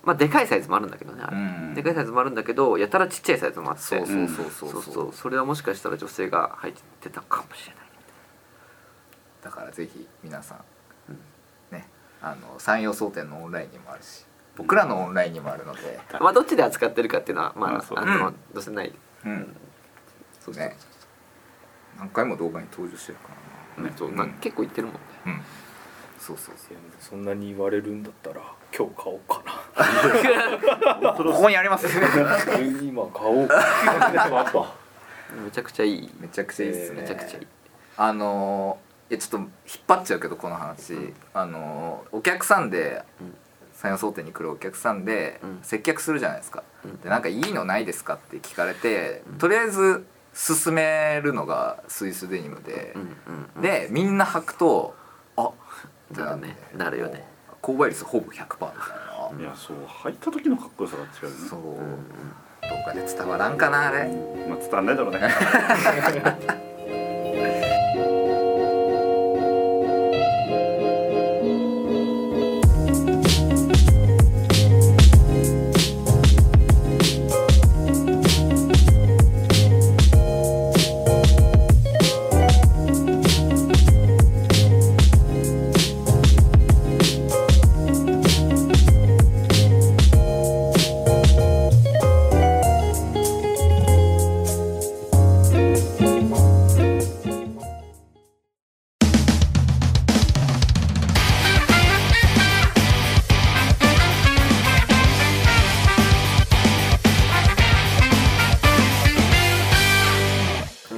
Speaker 2: まあでかいサイズもあるんだけどねあれ、
Speaker 1: うん
Speaker 2: でかいサイズもあるんだけどやたらちっちゃいサイズもあって
Speaker 1: そうそうそうそう
Speaker 2: そ
Speaker 1: そうう
Speaker 2: そうそれはもしかしたら女性が入ってたかもしれない
Speaker 1: だからぜひ皆さん、
Speaker 2: うん
Speaker 1: ねあの山陽総店のオンラインにもあるし僕らのオンラインにもあるので、
Speaker 3: はい
Speaker 2: まあどっちで扱ってるかっていうのはまあ
Speaker 3: まあそう
Speaker 2: あの、
Speaker 1: うん
Speaker 2: どうせない
Speaker 1: うん、
Speaker 2: そうそう
Speaker 1: ね何回も動画に登場してるか
Speaker 2: うんそうなんか結構言ってるもんね
Speaker 1: らな、うん、そうそうそう
Speaker 4: そんなに言われるんだったら今日買おうかな
Speaker 1: ここにあります
Speaker 4: 今買おうかなあった
Speaker 2: めちゃくちゃいい
Speaker 1: めちゃくちゃいいですね
Speaker 2: めちゃくちゃいい
Speaker 1: あのー、いやちょっと引っ張っちゃうけどこの話、あのーお客さんで
Speaker 2: うん
Speaker 1: 山陽商店に来るお客さんで
Speaker 2: うん
Speaker 1: 接客するじゃないですか、
Speaker 2: うん
Speaker 1: でなんかいいのないですかって聞かれて、
Speaker 2: うん
Speaker 1: とりあえず勧めるのがスイスデニムで
Speaker 2: う、んうんうん
Speaker 1: でみんな履くとあって
Speaker 2: な
Speaker 1: っ
Speaker 2: る
Speaker 1: て
Speaker 2: ねなるよね
Speaker 1: 購買率ほぼ100%みたいな、
Speaker 3: いやそう履いた時のかっこよさが違うよね
Speaker 1: そう、
Speaker 2: うんうん
Speaker 1: どっかで伝わらんかなあれ、
Speaker 3: まあ伝わんないだろうね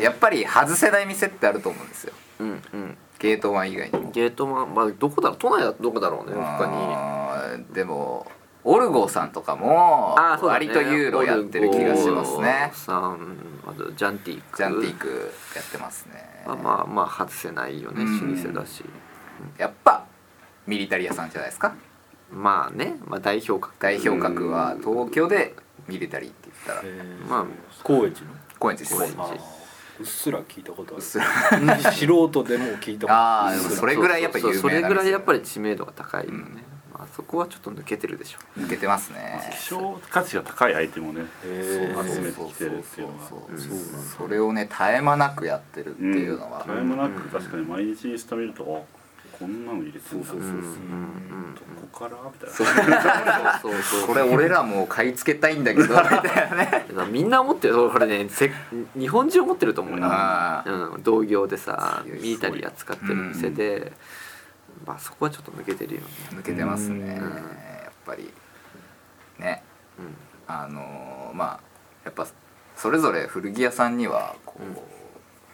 Speaker 1: やっぱり外せない店ってあると思うんですよ
Speaker 2: うんうん
Speaker 1: ゲートマン以外にも
Speaker 2: ゲートマンまあどこだろう都内はどこだろうね他
Speaker 1: 他にでもオルゴーさんとかも
Speaker 2: にああそうだね
Speaker 1: 割とユーロやってる気がしますね
Speaker 2: ゴーさんあとジャンティーク
Speaker 1: ジャンティークやってますね
Speaker 2: まあまあまあ外せないよね
Speaker 1: うん
Speaker 2: 老舗だし
Speaker 1: やっぱミリタリアさんじゃないですか
Speaker 2: まあねまあ代表格
Speaker 1: 代表格は東京でミリタリーって言ったら
Speaker 2: まあ
Speaker 4: 高円寺の
Speaker 1: 高円寺です
Speaker 2: 高円寺
Speaker 4: うっすら聞いたこと
Speaker 1: うっ
Speaker 4: あ
Speaker 1: すら
Speaker 4: る素人でも聞いたこと
Speaker 1: あーでもそ
Speaker 4: れ
Speaker 1: れぐらいやっぱ有名なんです
Speaker 2: そ
Speaker 1: よ
Speaker 2: うそうそれぐらいやっぱり知名度が高いよね、まあそこはちょっと抜けてるでしょ
Speaker 1: 抜けてますね
Speaker 3: 希少価値が高いアイテムをね
Speaker 4: へー
Speaker 3: 集めてきてるっていうのは
Speaker 1: そうそう
Speaker 2: うん
Speaker 1: そうそれをね絶え間なくやってるって
Speaker 3: うん
Speaker 1: いうのは、
Speaker 3: 絶え間なく確かに毎日インスタ見るとあこんなの入れてんだ
Speaker 1: そうそう
Speaker 2: う
Speaker 1: そ
Speaker 2: んう
Speaker 1: う
Speaker 2: んうん
Speaker 3: ここからみたいな
Speaker 2: そうそう そう
Speaker 1: これ俺らも買い付けたいんだけどみたいなね
Speaker 2: だからみんな思ってるこれねせ日本中思ってると思うよ、
Speaker 1: あー
Speaker 2: うん、同業でさ
Speaker 1: 強い
Speaker 2: ミリタリー扱ってる店で、まあそこはちょっと抜けてるよね、
Speaker 1: 抜けてますね
Speaker 2: うん
Speaker 1: やっぱりね
Speaker 2: うん
Speaker 1: あのーまあやっぱそれぞれ古着屋さんにはこう、
Speaker 2: うん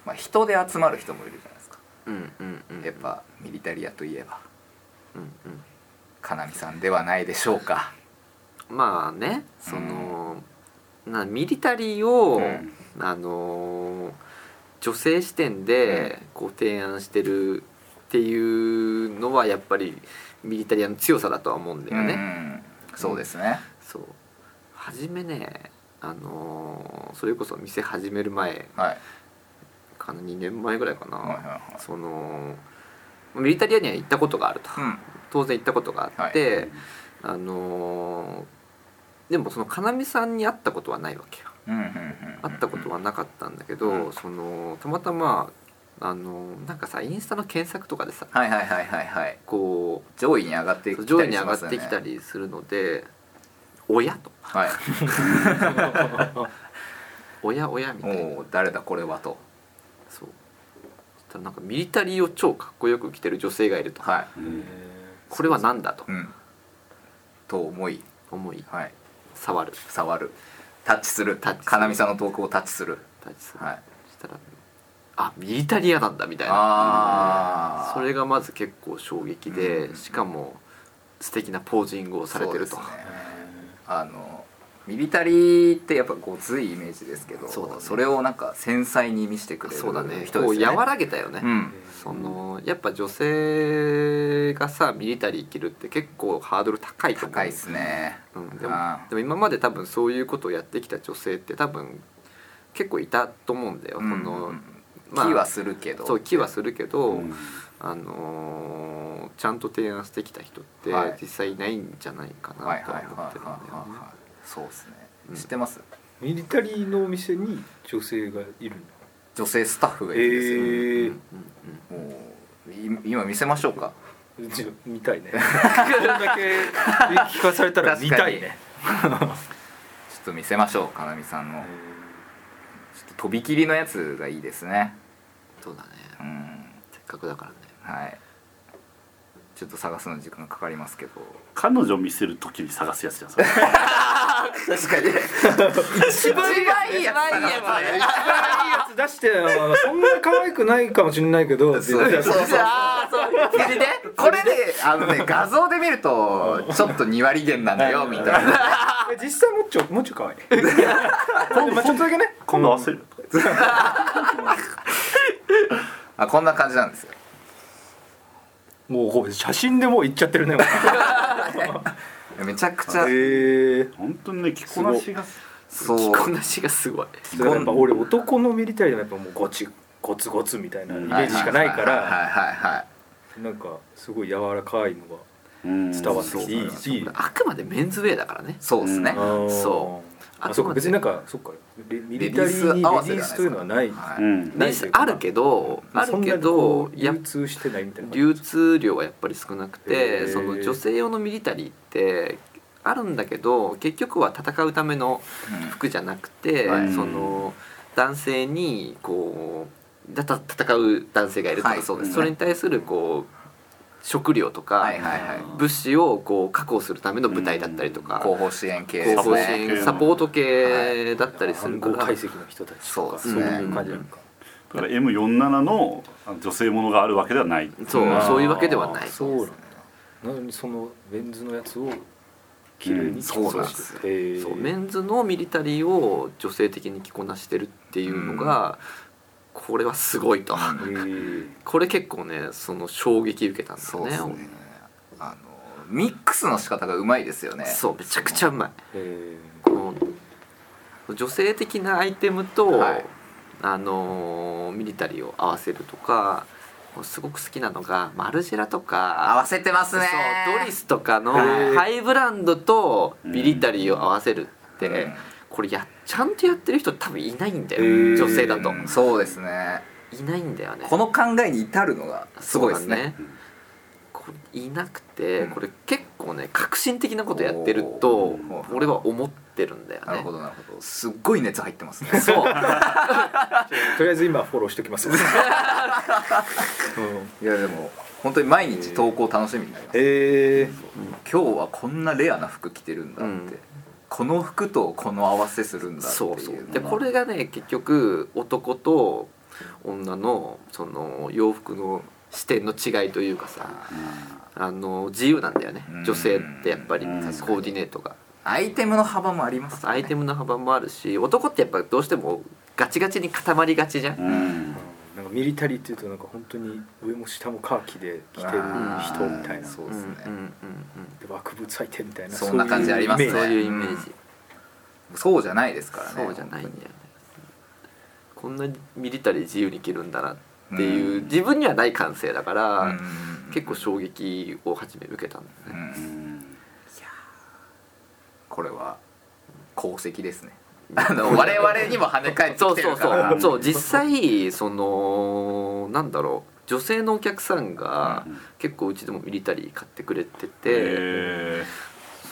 Speaker 1: まあ、人で集まる人もいるじゃないですか、
Speaker 2: うんうんうん
Speaker 1: やっぱミリタリアといえば
Speaker 2: うん
Speaker 1: かなみさんではないでしょうか
Speaker 2: うん、まあねその、なミリタリーを、
Speaker 1: うん
Speaker 2: あのー女性視点でこう提案してるっていうのはやっぱりミリタリアの強さだとは思うんだよね、
Speaker 1: うんそうですね、
Speaker 2: そう初めねあのーそれこそ店始める前
Speaker 1: はい
Speaker 2: かな2年前ぐらいかな、
Speaker 1: はいはいはい
Speaker 2: そのミリタリアには行ったことがあると、
Speaker 1: うん
Speaker 2: 当然行ったことがあって、あのーでもその要さんに会ったことはないわけよ
Speaker 1: うんうんうん
Speaker 2: 会ったことはなかったんだけど、
Speaker 1: うん
Speaker 2: そのたまたまあのーなんかさインスタの検索とかでさ
Speaker 1: はいはいはいはいはい
Speaker 2: こ
Speaker 1: 上位に上がってきた
Speaker 2: う
Speaker 1: り
Speaker 2: 上位に
Speaker 1: し
Speaker 2: 上
Speaker 1: ま
Speaker 2: が
Speaker 1: す
Speaker 2: っ
Speaker 1: よ
Speaker 2: て
Speaker 1: ね
Speaker 2: きたりするので「おや?」と
Speaker 1: はい
Speaker 2: 「おやおや」みたいな
Speaker 1: おお誰だこれはと
Speaker 2: そうそしたらなんかミリタリーを超かっこよく着てる女性がいると、
Speaker 1: はい
Speaker 2: これは何だと
Speaker 1: うんと思い
Speaker 2: 思い
Speaker 1: はい
Speaker 2: 触る
Speaker 1: 触るタッチする
Speaker 2: タッチする
Speaker 1: かなみさんの投稿をタッチする
Speaker 2: タッチする
Speaker 1: はい
Speaker 2: そしたら「あミリタリアなんだ」みたいな
Speaker 1: ああ
Speaker 2: それがまず結構衝撃で、
Speaker 1: うん
Speaker 2: しかも素敵なポージングをされてると
Speaker 1: そうですねあのミリタリーってやっぱごついイメージですけど
Speaker 2: そうだね
Speaker 1: れをなんか繊細に見せてくれる
Speaker 2: そうだね
Speaker 1: 人
Speaker 2: こ
Speaker 1: で
Speaker 2: う
Speaker 1: すよね
Speaker 2: 和らげたよね、
Speaker 1: うん
Speaker 2: そのやっぱ女性がさミリタリー着るって結構ハードル高いと思う
Speaker 1: 高いですね
Speaker 2: うん、でも
Speaker 1: あー
Speaker 2: でも今まで多分そういうことをやってきた女性って多分結構いたと思うんだよ、この
Speaker 1: 気はするけど
Speaker 2: そう気はするけど、
Speaker 3: うん
Speaker 2: あのーちゃんと提案してきた人って
Speaker 1: はい
Speaker 2: 実際いないんじゃないかなと
Speaker 1: はいはいはい
Speaker 2: は思ってるんだよね、
Speaker 1: はいはいそうですね
Speaker 2: うん
Speaker 1: 知ってます
Speaker 4: ミリタリーのお店に女性がいるんだ
Speaker 1: 女性スタッフがいるんですよ
Speaker 4: え
Speaker 2: う
Speaker 4: ー
Speaker 2: んうん
Speaker 1: もうい今見せましょうか
Speaker 4: うち見たいねこんだけ聞かされたら見たいね
Speaker 1: ちょっと見せましょうかなみさんのちょっと飛び切りのやつがいいですね
Speaker 2: そうだね
Speaker 1: うん
Speaker 2: せっかくだからね
Speaker 1: はいちょっと探すの時間かかりますけど
Speaker 3: 彼女見せるときに探すやつじゃんそれ
Speaker 1: 確かに一番いいやつだね
Speaker 4: いいやつ出してよそんな可愛くないかもしれないけどって言
Speaker 1: そう
Speaker 4: っ
Speaker 1: そう
Speaker 4: て
Speaker 1: そうそう
Speaker 2: ああそう
Speaker 1: それでねこれであのね画像で見るとちょっと2割減なんだよみたいな
Speaker 4: 実際もっちょもうちょ可愛いまあちょっとだけね
Speaker 3: 今度合わせるよ
Speaker 1: あこんな感じなんですよ
Speaker 4: もうこう写真でもういっちゃってるねもう
Speaker 1: めちゃくちゃ
Speaker 4: へえ
Speaker 3: 本当にね着こなしが
Speaker 1: そう
Speaker 2: 着こなしがすごい
Speaker 4: それやっぱ俺男のミリタリーはやっぱもうゴチゴツゴツみたいなイメージしかないか
Speaker 1: はいは
Speaker 4: ら
Speaker 1: いはいはい
Speaker 4: なんかすごい柔らかいのが
Speaker 3: 伝
Speaker 4: 伝わってきていいしい
Speaker 2: あくまでメンズウェアだからね
Speaker 1: そうですね
Speaker 3: う
Speaker 2: そ
Speaker 4: あそうか別になんかそっかレミリタリーにレデ
Speaker 1: 合わせ
Speaker 4: ィースというのはない
Speaker 1: は
Speaker 3: うん
Speaker 2: メンズあるけどあるけどやっ
Speaker 4: 流通してないみたいな
Speaker 2: 流通量はやっぱり少なく
Speaker 4: へ
Speaker 2: て
Speaker 4: ー
Speaker 2: その女性用のミリタリーってあるんだけど結局は戦うための服じゃなくて、
Speaker 1: はい
Speaker 2: その男性にこうだた戦う男性がいると
Speaker 1: はいそうですね
Speaker 2: それに対するこう食料とか、
Speaker 1: はいはいはい
Speaker 2: 物資をこう確保するための部隊だったりとか、
Speaker 1: 後方支援系で
Speaker 2: 後
Speaker 1: す
Speaker 2: 方
Speaker 3: 方
Speaker 2: 支
Speaker 3: 支援
Speaker 1: ね
Speaker 2: 援サポート系だったりするか
Speaker 4: 暗号
Speaker 2: ら、
Speaker 4: 解析の人たちとか
Speaker 1: そ
Speaker 4: そうう
Speaker 1: ですね
Speaker 4: いう感じなのか
Speaker 3: だから M47 のあの女性ものがあるわけではない
Speaker 2: そう
Speaker 1: うん
Speaker 2: そういうわけではない
Speaker 4: そうなんだなのにそのメンズのやつを綺麗に着
Speaker 1: うんそうなんで
Speaker 4: し
Speaker 1: すよ
Speaker 4: て
Speaker 2: そうメンズのミリタリーを女性的に着こなしてるっていうのが、これはすごいと、
Speaker 4: へー
Speaker 2: これ結構ねその衝撃受けたんです
Speaker 1: そう
Speaker 2: ね
Speaker 1: ですねあのミックスの仕方がうまいですよね
Speaker 2: そうめちゃくちゃうまい
Speaker 4: へ
Speaker 2: この女性的なアイテムと、
Speaker 1: はい
Speaker 2: あのーミリタリーを合わせるとかすごく好きなのがマルジェラとか
Speaker 1: 合わせてますね
Speaker 2: そうドリスとかの
Speaker 1: はい
Speaker 2: ハイブランドとミリタリーを合わせるって、
Speaker 1: うん
Speaker 2: これやちゃんとやってる人多分いないんだよ、
Speaker 4: へー
Speaker 2: 女性だと、
Speaker 1: うんそうですね
Speaker 2: いないんだよね
Speaker 1: この考えに至るのがすごいですね
Speaker 2: そうだこれいなくて、
Speaker 1: うん
Speaker 2: これ結構ね革新的なことやってると
Speaker 1: おー
Speaker 2: 俺は思ってるんだよね
Speaker 1: なるほどなるほどすっごい熱入ってますね
Speaker 2: そう
Speaker 4: ーとりあえず今フォローしておきます、う ん、
Speaker 1: いやでも本当に毎日投稿楽しみになります
Speaker 4: へえ
Speaker 1: 今日はこんなレアな服着てるんだって、
Speaker 2: うん
Speaker 1: この服とこの合わせするんだっていう
Speaker 2: そうそう
Speaker 1: のが
Speaker 2: でこれがね結局男と女のその洋服の視点の違いというかさあの自由なんだよね
Speaker 1: うん
Speaker 2: 女性ってやっぱりコ
Speaker 3: うん
Speaker 2: ーディネートが
Speaker 1: アイテムの幅もあります
Speaker 2: アイテ
Speaker 1: ム
Speaker 2: ムの幅もあるし男ってやっぱどうしてもガチガチに固まりがちじゃん
Speaker 3: うんうん
Speaker 4: なんかミリタリーっていうとなんか本当に上も下もカーキで着てる人みたいな
Speaker 1: そううんで
Speaker 2: うん
Speaker 1: すね、
Speaker 2: うんうん
Speaker 4: で枠物履いてみたいな
Speaker 1: そんな感じありますね
Speaker 4: そう
Speaker 2: そう
Speaker 4: いうイメー
Speaker 2: いうイ
Speaker 4: ジ
Speaker 2: メージ
Speaker 1: そうじゃないですからね
Speaker 2: そうじゃないんだよねこんなミリタリー自由に着るんだなっていう、自分にはない感性だから、
Speaker 1: うん
Speaker 2: 結構衝撃を初め受けたんだ
Speaker 1: う
Speaker 2: よね、
Speaker 3: うんん
Speaker 1: これは功績ですねあの我々にも跳ね返って
Speaker 2: そ
Speaker 1: き
Speaker 2: う
Speaker 1: て
Speaker 2: そ
Speaker 1: る
Speaker 2: う
Speaker 1: か
Speaker 2: そ
Speaker 1: ら
Speaker 2: うそう実際そのなんだろう女性のお客さんが
Speaker 3: うん
Speaker 2: 結構うちでもミリタリー買ってくれてて
Speaker 3: へえ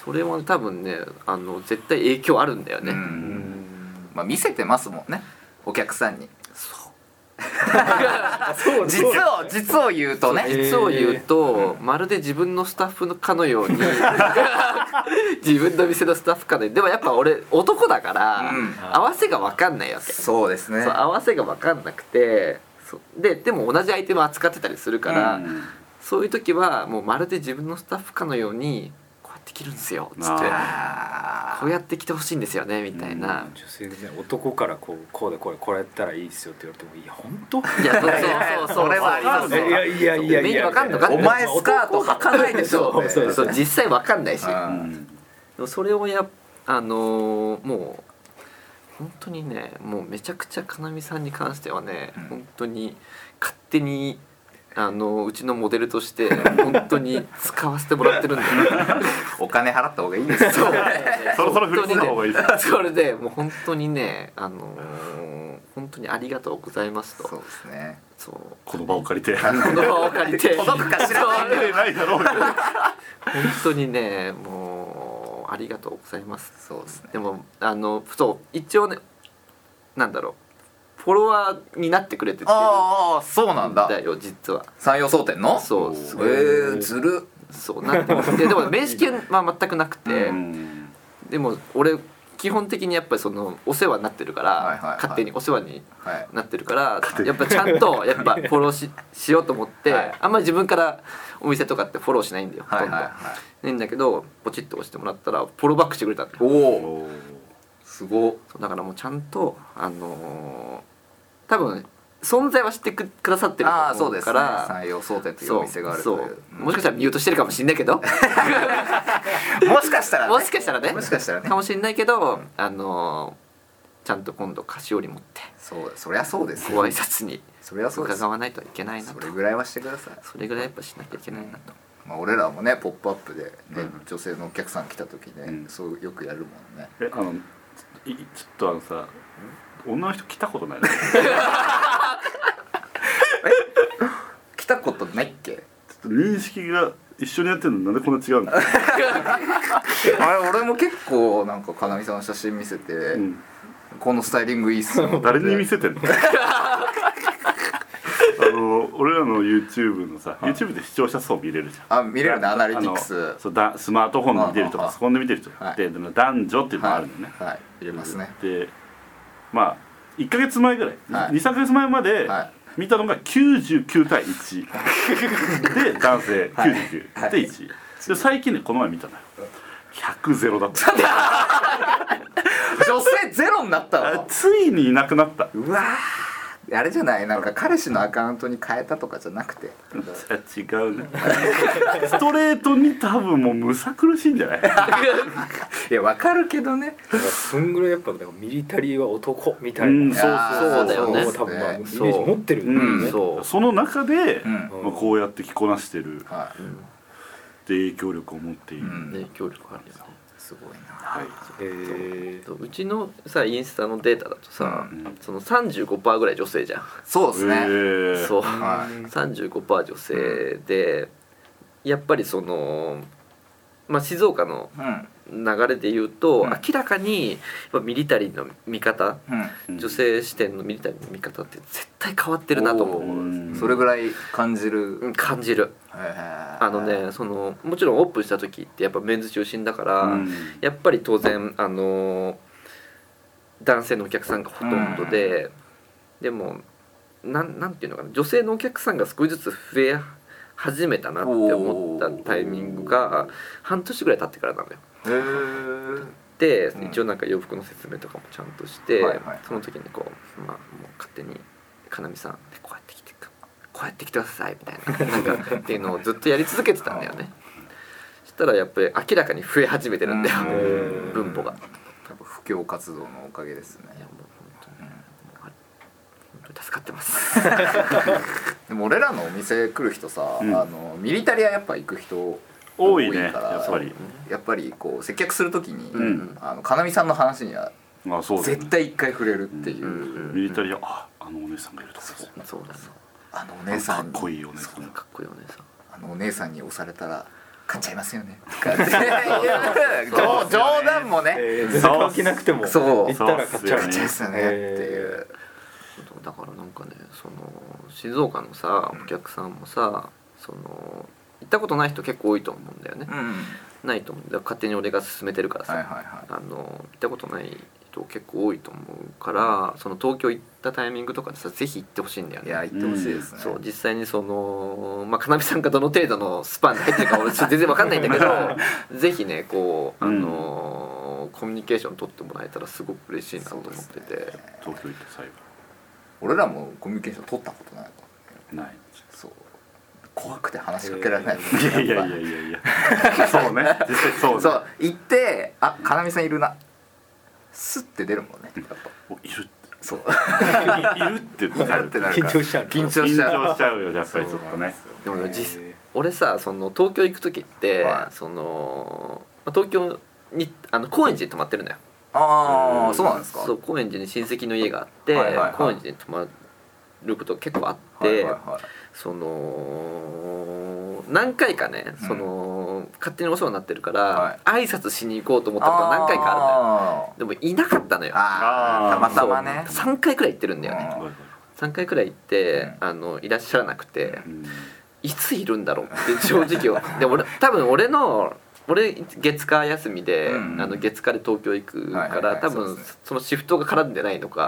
Speaker 2: それはね多分ねあの絶対影響あるんだよね、
Speaker 1: うんまあ、見せてますもんねお客さんに
Speaker 4: そう
Speaker 1: 実を実を言うとね
Speaker 2: 実を言うと、まるで自分のスタッフのかのように 自分の店のスタッフかのようにでもやっぱ俺男だから、
Speaker 1: うん
Speaker 2: 合わせが分かんないわけ、
Speaker 1: そうですね
Speaker 2: そう合わせが分かんなくてそうででも同じアイテム扱ってたりするから、
Speaker 3: うん
Speaker 2: そういう時はもうまるで自分のスタッフかのようにこうやって着るんですよつって
Speaker 3: あ
Speaker 1: あ
Speaker 2: こうやって着てほしいんですよねみたいな、
Speaker 4: 女性でね男からこうこうでこれこれやったらいいですよって言われてもいや本当
Speaker 2: いやそう
Speaker 1: いやい
Speaker 2: そう
Speaker 1: や
Speaker 2: そう
Speaker 1: それはあります
Speaker 4: いやいやいやい
Speaker 2: メニュー
Speaker 4: や
Speaker 2: わかんのか
Speaker 1: お前スカート履かないでしょ
Speaker 4: そうそう
Speaker 2: そう実際分かんないし、
Speaker 1: うん
Speaker 3: うん
Speaker 2: でもそれをやあのーもう本当にねもうめちゃくちゃかなみさんに関してはね、
Speaker 1: うん
Speaker 2: 本当に勝手にあのーうちのモデルとして本当に使わせてもらってるんだよ
Speaker 1: お金払った方がいいですよ
Speaker 2: そう
Speaker 3: そろそろ振り切った方がいいで
Speaker 2: 本
Speaker 3: す
Speaker 2: 当にね それでもう本当にねあのー本当にありがとうございますと
Speaker 1: そうですね
Speaker 2: そう
Speaker 3: この場を 借りて
Speaker 2: この場を借りて
Speaker 1: 届くか知らない
Speaker 2: そう
Speaker 3: でないだろうみたいな
Speaker 2: 本当にねもうありがとうございます
Speaker 1: そうですね
Speaker 2: でもあのそう一応ねなんだろうフォロワーになってくれてて
Speaker 1: ああそうなんだ
Speaker 2: だよ実は
Speaker 1: 山陽争点の
Speaker 2: そ
Speaker 3: お
Speaker 2: う
Speaker 3: ー
Speaker 2: す
Speaker 1: え
Speaker 2: ごい
Speaker 1: ー、ずる
Speaker 2: そうなんて ででも面識は全くなくて、
Speaker 3: うん
Speaker 2: でも俺基本的にやっぱりそのお世話になってるから、
Speaker 1: はいはいはい
Speaker 2: 勝手にお世話に
Speaker 1: はい
Speaker 2: なってるからやっぱちゃんとや っぱフォローししようと思って、
Speaker 1: はい
Speaker 2: あんまり自分からお店とかってフォローしないんだよほ
Speaker 1: は
Speaker 2: と
Speaker 1: い
Speaker 2: ん
Speaker 1: はい
Speaker 2: ど。
Speaker 1: はい
Speaker 2: ないんだけどポチッと押してもらったらフォローバックしてくれたんだよ
Speaker 1: おお
Speaker 3: おー
Speaker 1: すごっ
Speaker 2: そうだからもうちゃんとあのー多分存在は知ってくくださってる
Speaker 1: ああ
Speaker 2: と
Speaker 1: そう
Speaker 2: 思
Speaker 1: で
Speaker 2: う
Speaker 1: すね
Speaker 2: から
Speaker 1: 山陽争点という
Speaker 2: そ
Speaker 1: お
Speaker 2: う
Speaker 1: 店がある
Speaker 2: そ
Speaker 1: というう
Speaker 2: もしかしたらミュートしてるかもしんない けど
Speaker 1: うんもしかしたらね
Speaker 2: もしかしたらね
Speaker 1: もしかしたらね
Speaker 2: かもしんないけど、あのーちゃんと今度菓子折り 持って
Speaker 1: そうそりゃそうですよ
Speaker 2: ご挨拶に
Speaker 1: そりゃそうです
Speaker 2: 伺わないといけないな
Speaker 1: そ
Speaker 2: と
Speaker 1: れぐらいはしてください
Speaker 2: それぐらいやっぱしなきゃい けないなと
Speaker 1: まあ、俺らもね「ポップアップで、ね
Speaker 3: うん
Speaker 1: 女性のお客さん来た時ね、
Speaker 3: うん
Speaker 1: そうよくやるもんね
Speaker 3: えあのいちょっとあのさ女の人来たことないのちょ
Speaker 1: 来たことないっけ
Speaker 3: っと認識が一緒にやってるのなんでこんな違うんだ、
Speaker 1: あれ俺も結構なんかかなみさんの写真見せて、
Speaker 3: うん、
Speaker 1: このスタイリングいいっすよ
Speaker 3: 誰に見せてんのあの俺らの YouTube のさ YouTube で視聴者層見れるじゃん
Speaker 1: あ見れるねアナリティク
Speaker 3: あ
Speaker 1: ス
Speaker 3: のそうだスマートフォンで見れると
Speaker 1: あああ
Speaker 3: かパソコンで見てると
Speaker 1: は
Speaker 3: か
Speaker 1: い
Speaker 3: ででも男女っていうのもあるのね、
Speaker 1: はい、はい、入れますね
Speaker 3: でまあ1か月前ぐらい、
Speaker 1: はい
Speaker 3: 23か月前まで
Speaker 1: は
Speaker 3: 見たのが99対1 で男性99で1、で最近ねこの前見たのよ100ゼロだ った
Speaker 1: 女性ゼロになった
Speaker 3: あ
Speaker 1: の
Speaker 3: ついにいなくなった
Speaker 1: うわーあれじゃないなんか彼氏のアカウントに変えたとかじゃなくて
Speaker 3: あ違うねストレートに多分もうむさ苦しいん じゃない
Speaker 1: いやわかるけどね
Speaker 4: そんぐらいやっぱだからミリタリーは男みたい
Speaker 3: うん
Speaker 4: な
Speaker 3: そう
Speaker 1: あー
Speaker 2: そうだよね
Speaker 4: 多分まあイメ
Speaker 2: そう
Speaker 4: ージ持ってるよね
Speaker 3: うん
Speaker 2: そ、
Speaker 3: その中で、
Speaker 1: うん
Speaker 3: まあ、こうやって着こなしてるで
Speaker 1: はいう
Speaker 3: 影響力を持っている、
Speaker 1: うん
Speaker 2: ね、協力あるよね
Speaker 1: すごいな
Speaker 3: はい
Speaker 4: へー
Speaker 2: うちのさインスタのデータだとさ、
Speaker 3: うん
Speaker 2: その35%ぐらい女性じゃん、
Speaker 1: そうですね、
Speaker 3: えー
Speaker 2: そう、
Speaker 1: は
Speaker 2: 35%女性でやっぱりその、まあ、静岡の
Speaker 1: うん
Speaker 2: 流れで言うと、
Speaker 1: うん
Speaker 2: 明らかにやっぱミリタリーの見方
Speaker 1: うん
Speaker 3: うん
Speaker 2: 女性視点のミリタリーの見方って絶対変わってるなと思う
Speaker 3: うん
Speaker 1: それぐらい感じ
Speaker 2: う
Speaker 1: る
Speaker 2: ん感じる
Speaker 1: あ
Speaker 2: あのねそのもちろんオープンした時ってやっぱメンズ中心だから、
Speaker 3: うん
Speaker 2: やっぱり当然あのー男性のお客さんがほとんどで、でもなんなんていうのかな女性のお客さんが少しずつ増え始めたなって思ったタイミングが半年ぐらい経ってからなのよ。
Speaker 1: へー
Speaker 2: で
Speaker 1: うん
Speaker 2: 一応なんか洋服の説明とかもちゃんとして、
Speaker 1: はいはい
Speaker 2: その時にこう,、まあ、もう勝手に「かなみさんこうやって来てくこうやって来てください」みたいななんかっていうのをずっとやり続けてたん だよね。そしたらやっぱり明らかに増え始めてるんだよ
Speaker 1: うん
Speaker 2: 分母が。
Speaker 1: 多分布教活動のおかげですね
Speaker 2: いやもう本当にはい本当に助かってます
Speaker 1: でも俺らのお店来る人さ、
Speaker 3: うん
Speaker 1: あのミリタリアやっぱ行く人
Speaker 3: 多いね
Speaker 1: 多いから
Speaker 3: やっぱり
Speaker 1: やっぱりこう接客する時に、
Speaker 3: ん
Speaker 1: あのかなみさんの話には
Speaker 3: まあそうだよね
Speaker 1: 絶対一回触れるっていう、
Speaker 2: うん
Speaker 3: ミリタリアああのお姉さんがいるとこですね
Speaker 2: そうだね
Speaker 1: あのお姉さ
Speaker 3: か
Speaker 1: ん
Speaker 3: っ
Speaker 1: に
Speaker 3: こいいお姉さ
Speaker 2: そん
Speaker 3: ん
Speaker 2: な
Speaker 3: が
Speaker 2: かっこいいお姉さん
Speaker 1: あのお姉さんに押されたら買っちゃいますよねとかっていう冗冗談もね、
Speaker 4: えー全然関係なくても
Speaker 1: そう
Speaker 4: 行ったら買っちゃ
Speaker 3: そう
Speaker 4: う
Speaker 1: 買っちゃいますよねっていう、
Speaker 2: そうだからなんかねその静岡のさお客さんもさその行ったことない人結構多いと思うんだよね、
Speaker 1: うん
Speaker 2: ないと思うだから勝手に俺が勧めてるからさ、
Speaker 1: はいはいは
Speaker 2: あの行ったことない人結構多いと思うからその東京行ったタイミングとかでさぜひ行ってほしいんだよ
Speaker 1: いい
Speaker 2: ね
Speaker 1: や行ってほしいですね、
Speaker 2: そう実際にそのまあかなみさんがどの程度のスパンで入ってる か俺ちょっと全然わかんないんだけどぜひねこうあのーコミュニケーション取ってもらえたらすごく嬉しいなと思ってて、
Speaker 1: そうですね
Speaker 3: 東京行って最
Speaker 1: 俺らもコミュニケーション取ったことないから
Speaker 3: 後ない
Speaker 1: そう怖くて話しかけられない、
Speaker 3: いやいやいやいやいやそうね実際そうね
Speaker 1: そう行ってあかなみさんいるなスッて出るもんねやっぱ
Speaker 3: おいるって
Speaker 1: そう
Speaker 3: いるって なる
Speaker 1: ってなる
Speaker 4: 緊張しちゃう
Speaker 1: 緊張
Speaker 3: 緊
Speaker 1: しちゃう
Speaker 3: 張しちゃうよやっぱりちょっとね
Speaker 2: でもね
Speaker 4: へー
Speaker 2: 実俺さその東京行く時って、
Speaker 1: はい
Speaker 2: そのまあ東京にあの高円寺に泊まってるのよ
Speaker 1: ああそうなんですか
Speaker 2: そう高円寺に親戚の家があって、
Speaker 1: はいはいはい
Speaker 2: 高円寺に泊まること結構あって、
Speaker 1: はいはいはい
Speaker 2: その何回かね、
Speaker 1: うん
Speaker 2: その勝手にお世話になってるから、挨拶しに行こうと思ったことが
Speaker 1: あ
Speaker 2: 何回かあるんだよ
Speaker 1: あ
Speaker 2: でもいなかったのよ
Speaker 1: あーたまたまね
Speaker 2: そう3回くらい行ってるんだよね
Speaker 1: うん
Speaker 2: 3回くらい行って、あのいらっしゃらなくて、いついるんだろうって正直 はで俺多分俺の俺月火休みで、
Speaker 1: うん
Speaker 2: あの月火で東京行くから、
Speaker 1: はいはいはい
Speaker 2: 多
Speaker 1: そう
Speaker 2: 分
Speaker 1: です
Speaker 2: そのシフトが絡んでないのか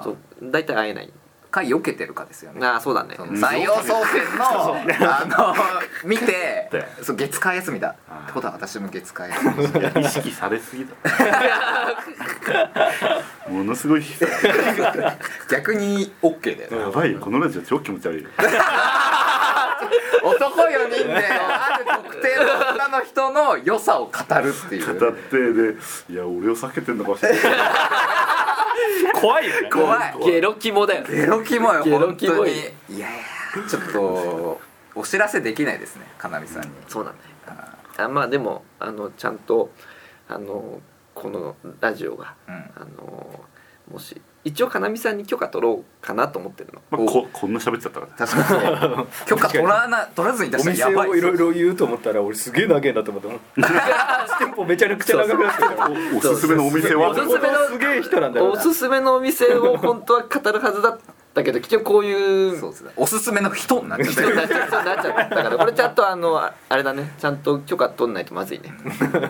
Speaker 1: あ
Speaker 2: そう大体会えない
Speaker 1: か避けてるかですよね
Speaker 2: ああそうだね
Speaker 1: その採用総研のあの見てそう月火休みだってことは私も月火休 み
Speaker 3: いや意識されす ぎだものすごい
Speaker 1: 逆に OK だよね
Speaker 3: やばいよこのラジオ超気持ち悪いよ
Speaker 1: 男4人である特定の女の人の良さを語るっていう
Speaker 3: だってでいや俺を避けてんのかもし れない
Speaker 4: 怖いよね
Speaker 1: 怖い
Speaker 2: ゲロキモだよ
Speaker 1: ゲロキモよ
Speaker 2: ゲロ
Speaker 1: 本
Speaker 2: キモ
Speaker 1: 当
Speaker 2: い
Speaker 1: にいやいやちょっとお知らせできないですねかなみさんに
Speaker 2: そうなんだね
Speaker 1: あ
Speaker 2: あまあでもあのちゃんとあのこのラジオが、
Speaker 1: うん
Speaker 2: あのもし一応かなみさんに許可取ろうかなと思ってるの
Speaker 3: まあここんな喋っちゃった から
Speaker 1: 確かに許可取らな取らずに出
Speaker 4: お
Speaker 1: した
Speaker 4: 店
Speaker 1: らやば
Speaker 4: を
Speaker 1: い
Speaker 4: いろいろ言うと思ったら俺すげえ長えな と思ってもうテンポめちゃくちゃ長くなってるから
Speaker 3: おおすすめのお店は
Speaker 2: おすすめの
Speaker 4: すげえ人なんだよ
Speaker 2: お
Speaker 4: な
Speaker 2: すすめのお店を本当は語るはずだったけど結局こういう
Speaker 1: そうですねおすすめの人になっちゃっ
Speaker 2: そ
Speaker 1: た
Speaker 2: うなっちゃったからこれちゃんとあのああれだねちゃんと許可取んないとまずいね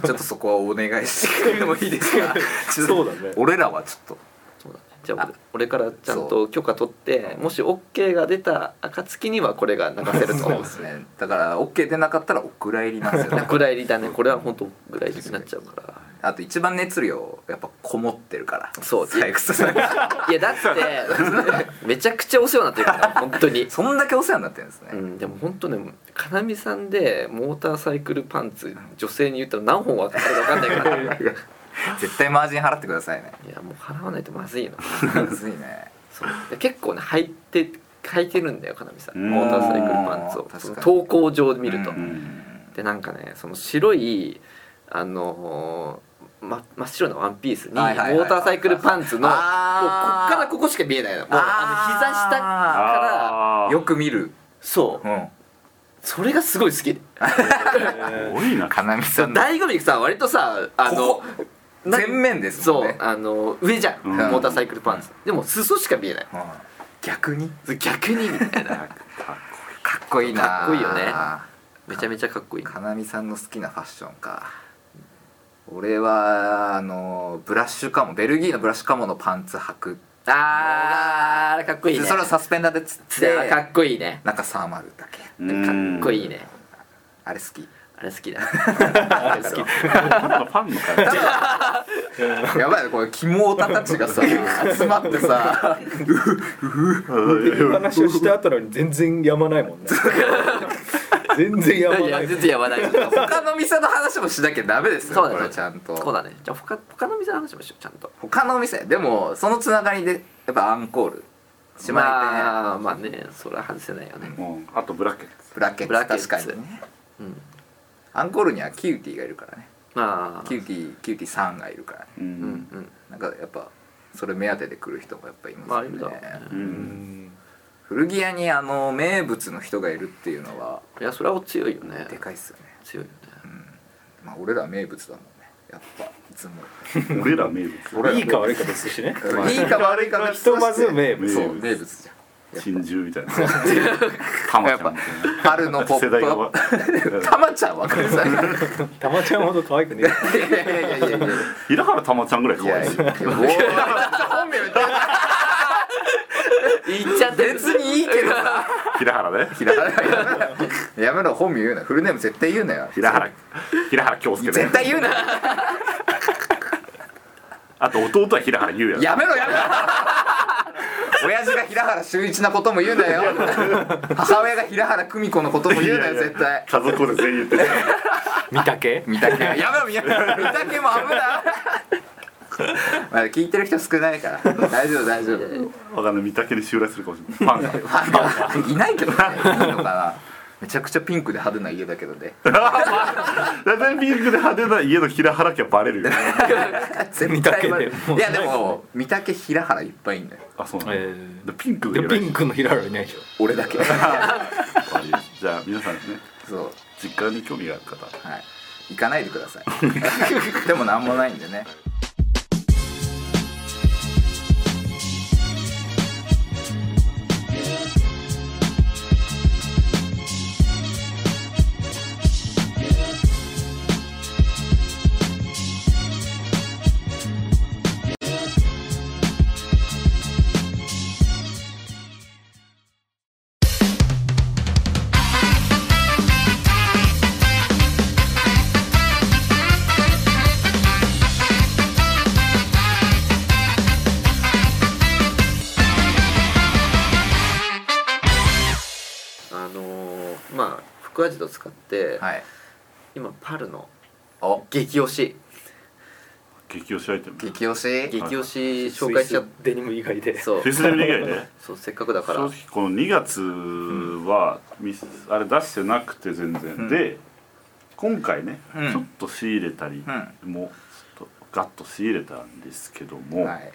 Speaker 1: ちょっとそこはお願いしてくれてもいいですかちょっと
Speaker 4: そうだね
Speaker 1: 俺らはちょっと
Speaker 2: そうだねじゃあ俺俺からちゃんと許可取ってもし OK が出た暁にはこれが流せると
Speaker 1: そ
Speaker 2: 思
Speaker 1: う
Speaker 2: う
Speaker 1: ですねだから OK 出なかったらお蔵入りなんです よね
Speaker 2: ぐらいだねこれは本当ぐらいになっちゃうから
Speaker 1: あと一番熱量やっぱこもってるから
Speaker 2: そう
Speaker 1: 採掘さん
Speaker 2: いやだって めちゃくちゃお世話になってるから本当に
Speaker 1: そんだけお世話になってるんですね、
Speaker 2: うん、でも本当ねかなみさんでモーターサイクルパンツ女性に言ったら何本渡るか分かんないから ね
Speaker 1: 絶対マージン払ってくださいね
Speaker 2: いやもう払わないとまずいの
Speaker 1: むずいね
Speaker 2: そうで結構ね履いて履いてるんだよかなみさん
Speaker 3: うん
Speaker 2: モーターサイクルパンツを
Speaker 1: 確かに
Speaker 2: その投稿上で見ると、
Speaker 3: うん
Speaker 2: でなんかねその白いあのーま、真っ白なワンピースにモ
Speaker 1: はいはいはい
Speaker 2: ーターサイクルパンツのもうこっ
Speaker 1: あー
Speaker 2: からここしか見えないのもうあの膝下から
Speaker 3: あー
Speaker 1: よく見る
Speaker 2: そう
Speaker 1: うん
Speaker 2: それがすごい好きで
Speaker 3: すごいな
Speaker 1: かなみさんの
Speaker 2: 醍醐味さ割とさあの
Speaker 1: こ全面ですもん
Speaker 2: そ
Speaker 1: ね
Speaker 2: うあの上じゃん、
Speaker 3: うん
Speaker 2: モーターサイクルパンツでも裾しか見えない
Speaker 1: うん逆に
Speaker 2: 逆にみたいな
Speaker 3: かっ
Speaker 1: かっこいいな
Speaker 2: かっこいいよねめちゃめちゃかっこいい
Speaker 1: かなみさんの好きなファッションか俺はあのブラッシュカモベルギーのブラッシュカモのパンツ履く
Speaker 2: あーあれかっこいいね
Speaker 1: でそれをサスペンダーでつっ
Speaker 2: い
Speaker 1: て
Speaker 2: やかっこいいね
Speaker 1: 中サーマルだけ
Speaker 3: こいい
Speaker 2: かっこいいね
Speaker 1: あれ好き
Speaker 2: あれ好きだ
Speaker 3: あ れ好きパンのファンの会
Speaker 1: やばいねこれキモオタたちがさ集まってさ
Speaker 4: 話をした後なのに全然やまないもんね全然やば
Speaker 2: い
Speaker 4: な
Speaker 2: や
Speaker 4: い
Speaker 2: 全然や ばない
Speaker 1: 他の店の話もしなきゃダメですよ
Speaker 2: そうだ
Speaker 1: こ
Speaker 2: ね
Speaker 1: れちゃんと
Speaker 2: そうだねじゃあ他他の店の話もしようちゃんと
Speaker 1: 他の店でもそのつながりでやっぱアンコール姉妹店、
Speaker 2: まあまあねそれは外せないよね
Speaker 3: うんあとブラケット
Speaker 1: ブラケッ
Speaker 2: ブラケッ
Speaker 1: ツ
Speaker 2: ツ
Speaker 1: 確かにね
Speaker 2: うん
Speaker 1: アンコールにはキューティーがいるからね
Speaker 2: まあ
Speaker 1: キューティーキューティーさんがいるからね
Speaker 3: う
Speaker 2: うん
Speaker 3: ん
Speaker 2: うん
Speaker 1: なんかやっぱそれ目当てで来る人もやっぱい
Speaker 2: まあ
Speaker 1: ま
Speaker 2: いる
Speaker 1: す
Speaker 2: だ
Speaker 1: よ
Speaker 2: ろう
Speaker 1: ね
Speaker 2: ね
Speaker 3: うん
Speaker 1: 古着屋にあの名物の人がいるっていうのはい
Speaker 2: やそれは強いよね
Speaker 1: でかいっすよね
Speaker 2: 強いよね
Speaker 1: まあ俺ら名物だもんねやっぱいつも
Speaker 3: 俺ら名物
Speaker 1: 俺ら
Speaker 4: いいか悪いか別としてね
Speaker 1: いいか悪いか別
Speaker 4: ひとまず
Speaker 3: 名
Speaker 4: 名物
Speaker 1: そう
Speaker 3: 物
Speaker 1: 名物じゃん
Speaker 3: 珍獣みたいな玉ちゃんみ
Speaker 1: 春のポ
Speaker 3: たいな世代が
Speaker 1: ッ
Speaker 3: わ
Speaker 1: プたまちゃんわかるさいい
Speaker 4: たまちゃんほど可愛くね
Speaker 1: やいやいやいやいや
Speaker 3: 平原玉ちゃんぐらい
Speaker 1: い
Speaker 3: 可
Speaker 1: や
Speaker 3: 愛い
Speaker 1: い
Speaker 3: し
Speaker 1: やもう本名言って
Speaker 2: 言っちゃって
Speaker 1: 別にいいけどさ
Speaker 3: 平原ね
Speaker 1: 平原やめろ本名言うなフルネーム絶対言うなよ
Speaker 3: 平原平原京介ね
Speaker 1: 絶対言うな
Speaker 3: あと弟は平原優也
Speaker 1: やめろやめろ 親父が平原修一なことも言うなよ母親が平原久美子のことも言うなよ
Speaker 3: いやいや
Speaker 1: 絶対
Speaker 3: 家族で全員言ってる
Speaker 4: 見たけ
Speaker 1: 三宅やめろ三宅三宅も危ないまあ聞いてる人少ないから大丈夫大丈夫
Speaker 3: わかんない見たけに襲来するかもしれないファンが
Speaker 1: いないけどねいいのかなめちゃくちゃピンクで派手な家だけどね
Speaker 3: 大体ピンクで派手な家の平原家はバレるよ
Speaker 1: 絶対バレる
Speaker 4: 三宅
Speaker 1: い
Speaker 4: で
Speaker 1: やでも三宅平原いっぱいいんだよ
Speaker 3: あそうなんだ
Speaker 4: え
Speaker 3: でピンク
Speaker 4: ー
Speaker 3: が
Speaker 4: で
Speaker 3: 偉い
Speaker 4: ピンクの平原いないでしょ
Speaker 1: 俺だけ
Speaker 3: バレる じゃあ皆さんね
Speaker 1: そう
Speaker 3: 実家に興味がある方
Speaker 1: はい行かないでくださいでもなんもないんでね
Speaker 2: あのーまあ腹話術を使って
Speaker 1: はい
Speaker 2: 今パルの
Speaker 1: お
Speaker 2: 激推し
Speaker 3: 激推しアイテムフ
Speaker 1: 激推し
Speaker 2: 激推し紹介しちゃっ
Speaker 4: スイスデニム以外で
Speaker 2: てそう
Speaker 3: ェスデビ以外ね
Speaker 2: そうせっかくだから
Speaker 3: 正直この2月はミスあれ出してなくて全然、
Speaker 1: ん
Speaker 3: で今回ね、
Speaker 1: うん
Speaker 3: ちょっと仕入れたりもちょっとガッと仕入れたんですけども、
Speaker 1: はい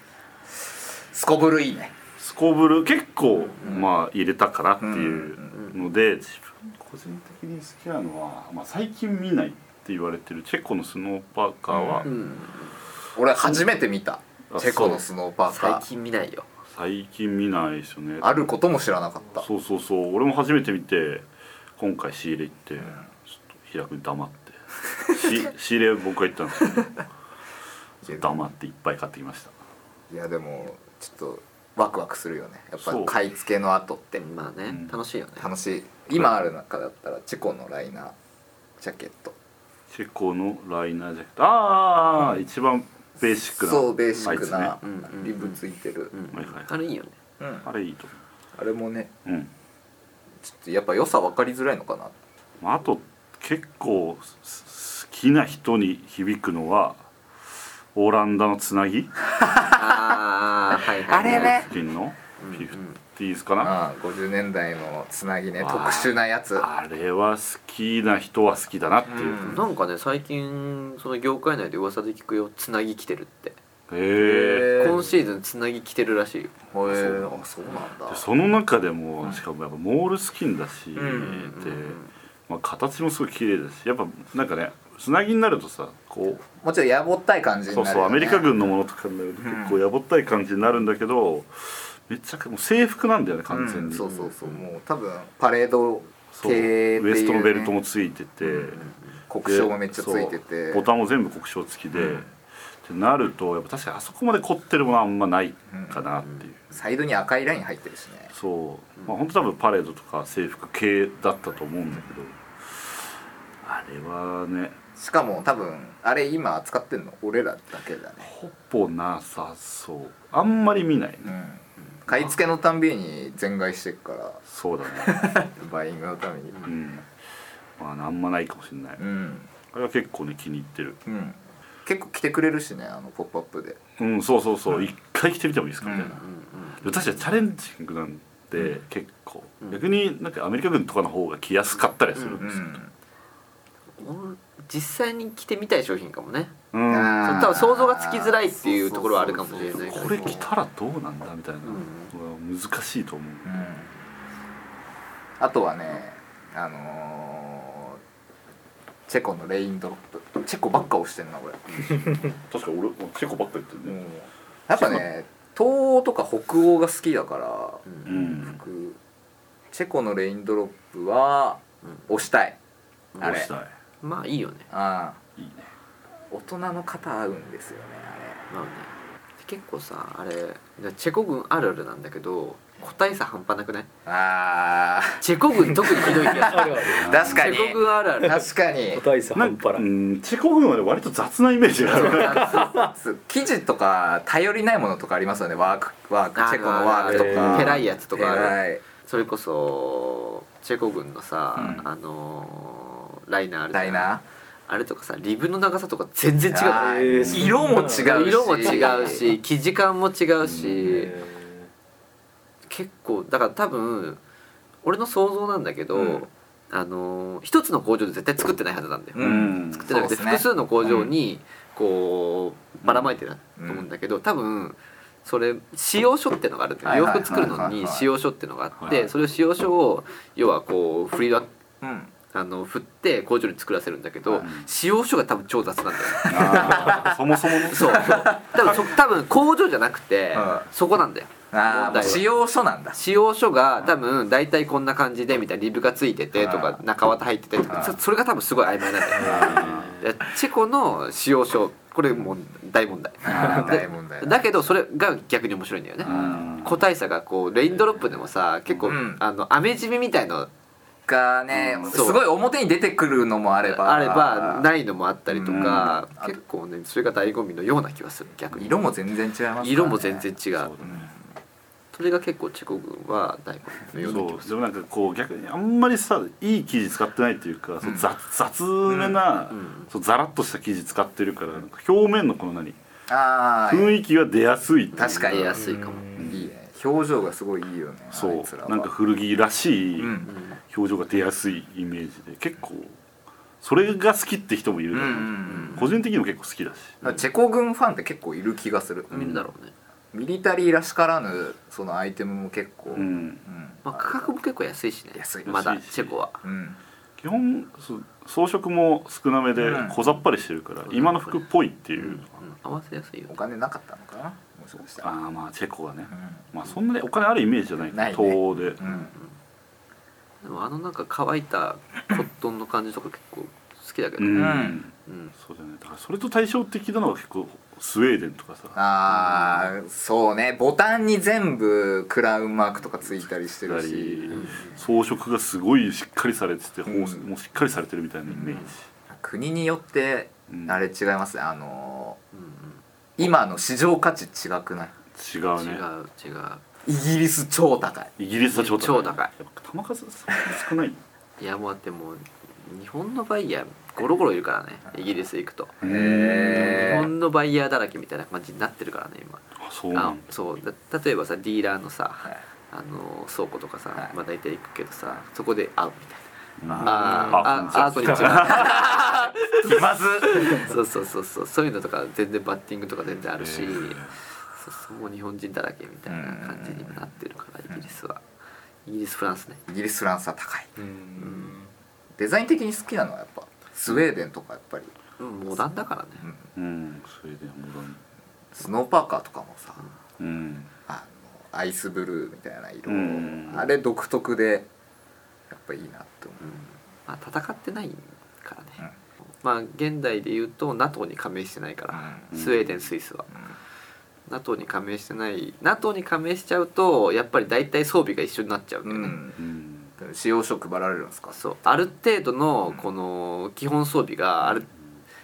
Speaker 1: すこぶるいいね
Speaker 3: すこぶる結構、まあ入れたかなっていうので、自分個人的に好きなのは、まあ、最近見ないって言われてるチェコのスノーパーカーは、
Speaker 2: うん
Speaker 1: 俺初めて見た
Speaker 3: あ
Speaker 1: チェコのスノーパーカ
Speaker 2: 最
Speaker 1: ー
Speaker 2: 近見ないよ
Speaker 3: 最近見ないですよね
Speaker 1: あることも知らなかった
Speaker 3: そうそうそう俺も初めて見て今回仕入れ行って、ちょっと平君に黙ってし 仕入れ僕が行ったんですけど黙っていっぱい買ってきました
Speaker 1: いやでもちょっとワクワクするよねやっぱ
Speaker 3: そう
Speaker 1: 買い付けの後って
Speaker 2: まあね、
Speaker 3: ん
Speaker 2: 楽しいよね
Speaker 1: 楽しい今ある中だったらチェコのライナージャケット
Speaker 3: チェコのライナージャケットああ、一番ベーシックな
Speaker 1: そうベーシック
Speaker 3: あい
Speaker 1: な
Speaker 2: つねうんうんうん
Speaker 1: リブついてる
Speaker 2: うん
Speaker 3: はいはい
Speaker 2: あれい いよね
Speaker 1: うん
Speaker 3: つねあれいいと思
Speaker 1: あれもね
Speaker 3: う、うん
Speaker 1: ちょっとやっぱ良さ分かりづらいのかな
Speaker 3: まあ、あと結構す好きな人に響くのはオランダのつなぎ
Speaker 2: ああはいはいはい
Speaker 1: あれね
Speaker 3: フィンの
Speaker 2: うんうん
Speaker 3: フィフティーズかな、
Speaker 1: ああ50年代のつなぎね
Speaker 3: あ
Speaker 1: 特
Speaker 3: ー
Speaker 1: 殊なやつ
Speaker 3: あれは好きな人は好きだなっていうう、
Speaker 1: ん
Speaker 2: なんかね最近その業界内で噂で聞くよつなぎ来てるって、
Speaker 3: へえ
Speaker 1: へー
Speaker 2: 今シーズンつなぎ来てるらしいよ
Speaker 1: へえあそうなんだ
Speaker 3: その中でもしかもやっぱモールスキンだし、
Speaker 1: ん
Speaker 3: で、まあ、形もすごい綺麗だしやっぱなんかねつなぎになるとさこう
Speaker 1: もちろんやぼったい感じに
Speaker 3: そ
Speaker 1: な
Speaker 3: う
Speaker 1: るよね
Speaker 3: そうアメリカ軍のものとかになると結構やぼったい感じになるんだけど、めっちゃもう制服なんだよね完全に、
Speaker 1: うんそうそうそうもう多分パレード
Speaker 3: そ
Speaker 1: 系っ
Speaker 3: う
Speaker 1: ていう、ね、
Speaker 3: ウエストのベルトもついてて、
Speaker 1: 国章もめっちゃついて
Speaker 3: で
Speaker 1: て
Speaker 3: そうボタンも全部国章付きで、ってなるとやっぱ確かにあそこまで凝ってるものはあんまないかなっていう、
Speaker 1: サイドに赤いライン入ってるしね
Speaker 3: そう、まあ本当多分パレードとか制服系だったと思うんだけどあれはね
Speaker 1: しかも多分あれ今扱ってんの俺らだけだね
Speaker 3: ほぼなさそうあんまり見ないね、
Speaker 1: うん買い付けのたんびに全買いしてっから
Speaker 3: そうだね
Speaker 1: バイングのために
Speaker 3: うんまあ、あんまないかもしれない、
Speaker 1: うん
Speaker 3: あれは結構ね気に入ってる
Speaker 1: うん結構来てくれるしねあの「ポップアップで
Speaker 3: うんそうそうそう一、回来てみてもいいですかみたい
Speaker 1: う
Speaker 3: な、私はチャレンジングなんで結構、
Speaker 2: うん
Speaker 3: 逆になんかアメリカ軍とかの方が来やすかったりするん
Speaker 1: う
Speaker 3: ですよ、
Speaker 1: ん
Speaker 2: うん実際に着てみたい商品かもね
Speaker 3: うん
Speaker 2: そ
Speaker 1: あー
Speaker 2: う多分想像がつきづらいっていうところはあるかもしれないから
Speaker 3: これ着たらどうなんだみたいな、
Speaker 2: う
Speaker 3: 難しいと思う、
Speaker 1: うんあとはねあのーチェコのレインドロップチェコばっか押してんなこれ
Speaker 3: 確か俺チェコばっか言ってるね
Speaker 1: やっぱね東欧とか北欧が好きだから
Speaker 2: う
Speaker 3: うんん、
Speaker 1: 僕チェコのレインドロップは
Speaker 2: う
Speaker 1: 押したい
Speaker 3: どう
Speaker 1: あれ
Speaker 3: した
Speaker 2: まあいいよね
Speaker 1: ああ
Speaker 3: いいいね
Speaker 1: 大人の方合うんですよね
Speaker 2: まあね結構さあれチェコ軍あるあるなんだけど個体差半端なくない
Speaker 1: あれあ
Speaker 2: チェコ軍特にひどい気がする
Speaker 4: あるある
Speaker 1: ー確か
Speaker 2: チ
Speaker 1: に
Speaker 2: ェコ軍あるある
Speaker 1: 確か に
Speaker 4: 個体差
Speaker 3: な
Speaker 4: 半
Speaker 3: んか
Speaker 4: 端な
Speaker 3: う
Speaker 4: い
Speaker 3: んチェコ軍はね割と雑なイメージがある
Speaker 1: そう生地とか頼りないものとかありますよねワークワー
Speaker 2: あ
Speaker 1: ク
Speaker 2: る
Speaker 1: チェコのワークと
Speaker 4: あ
Speaker 1: か
Speaker 4: るペ
Speaker 2: ライやつとかある
Speaker 1: ペライ
Speaker 2: それこそチェコ軍のさ、
Speaker 1: うん
Speaker 2: あのーライナーあるじゃ
Speaker 1: ダ
Speaker 2: ん
Speaker 1: イナ
Speaker 2: あれとかさリブの長さとか全然違う
Speaker 1: あー
Speaker 4: えーそんな
Speaker 1: 色も違うし
Speaker 2: 色も違うし生地感も違うし、
Speaker 4: え
Speaker 2: 結構だから多分俺の想像なんだけど、
Speaker 1: うん
Speaker 2: あのー一つの工場で絶対作ってないはずなんだよ、
Speaker 1: うん
Speaker 2: 作ってなくて、
Speaker 1: そうっすね
Speaker 2: 複数の工場にこうばらまいてると思うんだけど、多分それ仕様書ってのがあるんだ
Speaker 1: はい
Speaker 2: よ洋
Speaker 1: はいはい
Speaker 2: 服作るのに仕様書ってのがあっ
Speaker 3: はいは
Speaker 2: て
Speaker 3: い
Speaker 2: それを仕様書を要はこう振り分け
Speaker 1: ーうん
Speaker 2: あの振って工場に作らせるんだけど、
Speaker 1: はい
Speaker 2: 仕様書が多分超雑なんだよ
Speaker 3: あーそもそもの
Speaker 2: そう多 分そ多分工場じゃなくて、
Speaker 1: はい
Speaker 2: そこなんだよ
Speaker 1: あ
Speaker 2: 問題
Speaker 1: あ
Speaker 2: は
Speaker 1: 使用書なんだ
Speaker 2: 仕様書が多分大体こんな感じでみたいなリブがついててとか
Speaker 1: う
Speaker 2: 中綿入っててと
Speaker 1: うん
Speaker 2: かそそれが多分すごい曖昧なんだよ
Speaker 3: あ
Speaker 2: でチェコの使用書これもう大問題
Speaker 1: あー大問題
Speaker 2: だけどそれが逆に面白いんだよね
Speaker 3: うん
Speaker 2: 個体差がこうレインドロップでもさ結構、
Speaker 1: うん
Speaker 2: あのアメジみみたいの
Speaker 1: がね
Speaker 2: うん
Speaker 1: すごい表に出てくるのもあれば
Speaker 2: あればないのもあったりとか、結構ねそれが醍醐味のような気がする逆に
Speaker 1: 色も全然違いますからね
Speaker 2: 色も全然違う
Speaker 3: そう
Speaker 2: そ
Speaker 1: うん
Speaker 2: れが結構チェコ軍は醍醐味のような気
Speaker 3: そ
Speaker 2: が
Speaker 3: う
Speaker 2: す
Speaker 3: でもなんかこう逆にあんまりさいい生地使ってないっていうか、そう雑雑めな、
Speaker 2: うんうん
Speaker 3: そうザラッとした生地使ってるからなんか表面のこの何
Speaker 1: ああ
Speaker 3: 雰囲気が出やすいっていう
Speaker 1: 確か
Speaker 2: る
Speaker 1: に
Speaker 2: 出やすいかも、
Speaker 1: いいね表情がすごいいいよね
Speaker 3: そ
Speaker 1: あいつら
Speaker 3: う
Speaker 1: は
Speaker 3: なんか古着らしい
Speaker 1: うん
Speaker 3: 表情が出やすいイメージで結構それが好きって人もいる
Speaker 1: うんう
Speaker 3: じゃ
Speaker 1: ん
Speaker 3: な
Speaker 1: う
Speaker 3: い
Speaker 1: ん
Speaker 3: 個人的にも結構好きだ
Speaker 1: だ
Speaker 3: し
Speaker 1: からチェコ軍ファンって結構いる気がする、
Speaker 2: うん、見るだろうね、
Speaker 1: ミリタリーらしからぬそのアイテムも結構、
Speaker 3: う
Speaker 1: うん
Speaker 3: ん
Speaker 2: まあ、価格も結構安いしね
Speaker 1: 安い
Speaker 2: まだ
Speaker 3: 安いし
Speaker 2: チェコは
Speaker 1: うん
Speaker 3: 基本そう装飾も少なめで
Speaker 1: うん
Speaker 3: 小ざっぱりしてるから今の服っぽいっていう
Speaker 2: うん合わせやすいよ
Speaker 1: お金なかったのかなもしかしたら、
Speaker 3: ああまあチェコはね
Speaker 1: う
Speaker 3: まあそんなにお金あるイメージじゃない
Speaker 1: ないね
Speaker 3: 東欧で
Speaker 1: んうん、
Speaker 2: でもあのなんか乾いたコットンの感じとか結構好きだけど
Speaker 3: う
Speaker 2: ね、
Speaker 3: ん、
Speaker 1: うん
Speaker 2: うん
Speaker 3: そうじゃないだからそれと対照的なのが結構スウェーデンとかさ
Speaker 1: ああそうねボタンに全部クラウンマークとかついたりして
Speaker 3: だ
Speaker 1: る
Speaker 3: ったり
Speaker 1: し
Speaker 3: 装飾がすごいしっかりされてて、
Speaker 1: うん
Speaker 3: ほうもうしっかりされてるみたいなイメージ、
Speaker 1: 国によって
Speaker 3: うん
Speaker 1: あれ違いますねあのー
Speaker 2: うん
Speaker 1: 今の市場価値違くない
Speaker 3: 違
Speaker 2: うん、
Speaker 3: う
Speaker 2: 違
Speaker 3: ね
Speaker 2: う違う
Speaker 1: イギリス超高い
Speaker 3: イギリスはちょっと
Speaker 2: 超高い
Speaker 3: やっぱ球数少ない
Speaker 2: いやもうだってもう日本のバイヤーゴロゴロいるからねイギリス行くと日
Speaker 1: へえ
Speaker 2: 本のバイヤーだらけみたいな感じになってるからね今
Speaker 3: あそうな
Speaker 2: あ
Speaker 3: んだ
Speaker 2: そうだ例えばさディーラーのさ、
Speaker 1: い
Speaker 2: あのー倉庫とかさ、
Speaker 1: はい
Speaker 2: まあ大体行くけどさそこで会うみたいな
Speaker 1: あ
Speaker 2: あーああーこんにちは
Speaker 1: 気まず
Speaker 2: そうそうそうそうそういうのとか全然バッティングとか全然あるし、
Speaker 3: へー
Speaker 2: そうそうもう日本人だらけみたいな感じになってるからイギリスはイギリスフランスね
Speaker 1: イギリスフランスは高い
Speaker 4: うん
Speaker 1: デザイン的に好きなのはやっぱスウェーデンとかやっぱり、
Speaker 2: うんモダンだからね、
Speaker 1: うん
Speaker 3: うんスウェーデンはモダン
Speaker 1: スノーパーカーとかもさ
Speaker 3: うん
Speaker 1: あのアイスブルーみたいな色、
Speaker 3: うん
Speaker 1: あれ独特でやっぱいいなって思
Speaker 2: うんまあ、戦ってないからね、
Speaker 1: うん
Speaker 2: まあ現代で言うと NATO に加盟してないから、
Speaker 1: う、
Speaker 3: うん
Speaker 2: スウェーデンスイスは
Speaker 1: うん
Speaker 2: NATO に加盟してない NATO に加盟しちゃうとやっぱり大体装備が一緒になっちゃうんだよね、
Speaker 3: うん
Speaker 1: うん、使用書配られるんですか
Speaker 2: そうある程度のこの基本装備がある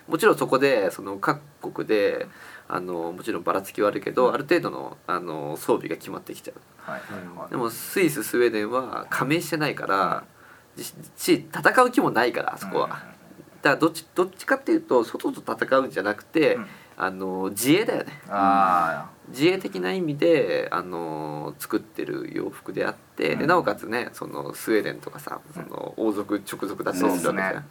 Speaker 2: もちろんそこでその各国であのもちろんばらつきはあるけどある程度のあの装備が決まってきちゃう
Speaker 1: はいはいはい
Speaker 2: でもスイススウェーデンは加盟してないからし戦う気もないからあそこは、だからどっちどっちかっていうと外と戦うんじゃなくて、
Speaker 1: うん
Speaker 2: あの自衛だよね
Speaker 1: あ
Speaker 2: 自衛的な意味であの作ってる洋服であって、
Speaker 1: うん
Speaker 2: でなおかつねそのスウェーデンとかさその王族直属だったりするわけじゃ
Speaker 1: そうっす
Speaker 2: ん
Speaker 1: ね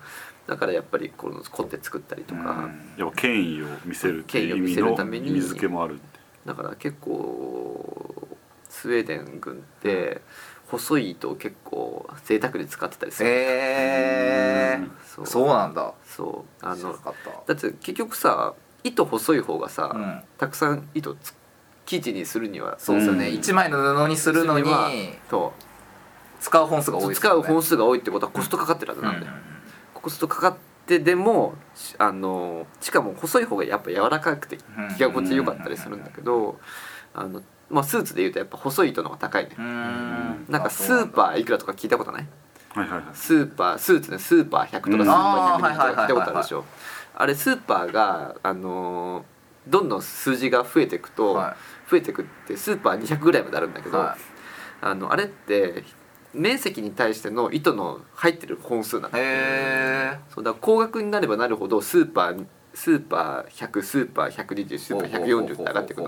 Speaker 2: だからやっぱりこの凝って作ったりと
Speaker 1: あ、う
Speaker 2: か、
Speaker 1: ん、
Speaker 3: やっぱ権威を見せるっていう
Speaker 2: 権威
Speaker 3: 意味
Speaker 2: を見せる
Speaker 3: の
Speaker 2: ために
Speaker 3: 意味付けもあるって
Speaker 2: だから結構スウェーデン軍って細い糸を結構贅沢に使ってたりする、
Speaker 1: えー、
Speaker 2: そう
Speaker 1: そうなんだ
Speaker 2: そうあ
Speaker 1: あの
Speaker 2: の
Speaker 1: かった
Speaker 2: だって結局さ糸細い方がさ、
Speaker 1: うん
Speaker 2: たくさん糸つ生地にするには
Speaker 1: そうですよね、
Speaker 3: うん
Speaker 1: 一枚の布にするのに
Speaker 2: はそ
Speaker 1: 使う本数が
Speaker 2: う
Speaker 1: 多いです
Speaker 2: 使
Speaker 1: よね
Speaker 2: う本数が多いってことはコストかかってるはずなんだよ、コストかかってでもしあのしかも細い方がやっぱ柔らかくて着心地良かったりするんだけどあの、まあ、スーツでいうとやっぱ細い糸の方が高いね、
Speaker 1: うんうん
Speaker 2: なんかスーパーいくらとか聞いたことない
Speaker 3: はいはいはい
Speaker 2: スーパースーツねスーパー100とかス
Speaker 3: うん
Speaker 2: ーパー120と
Speaker 1: あ
Speaker 2: か
Speaker 1: ー
Speaker 2: 聞いたことあるでしょあれスーパーがあのーどんどん数字が増えていくと、
Speaker 1: は
Speaker 2: 増えていくってスーパー200ぐらいまであるんだけど、
Speaker 1: はい
Speaker 2: あのあれって面積に対しての糸の入ってる本数なの
Speaker 1: へえ
Speaker 2: そうだから高額になればなるほどスーパースーパー100スーパー120スーパー140って上がってくる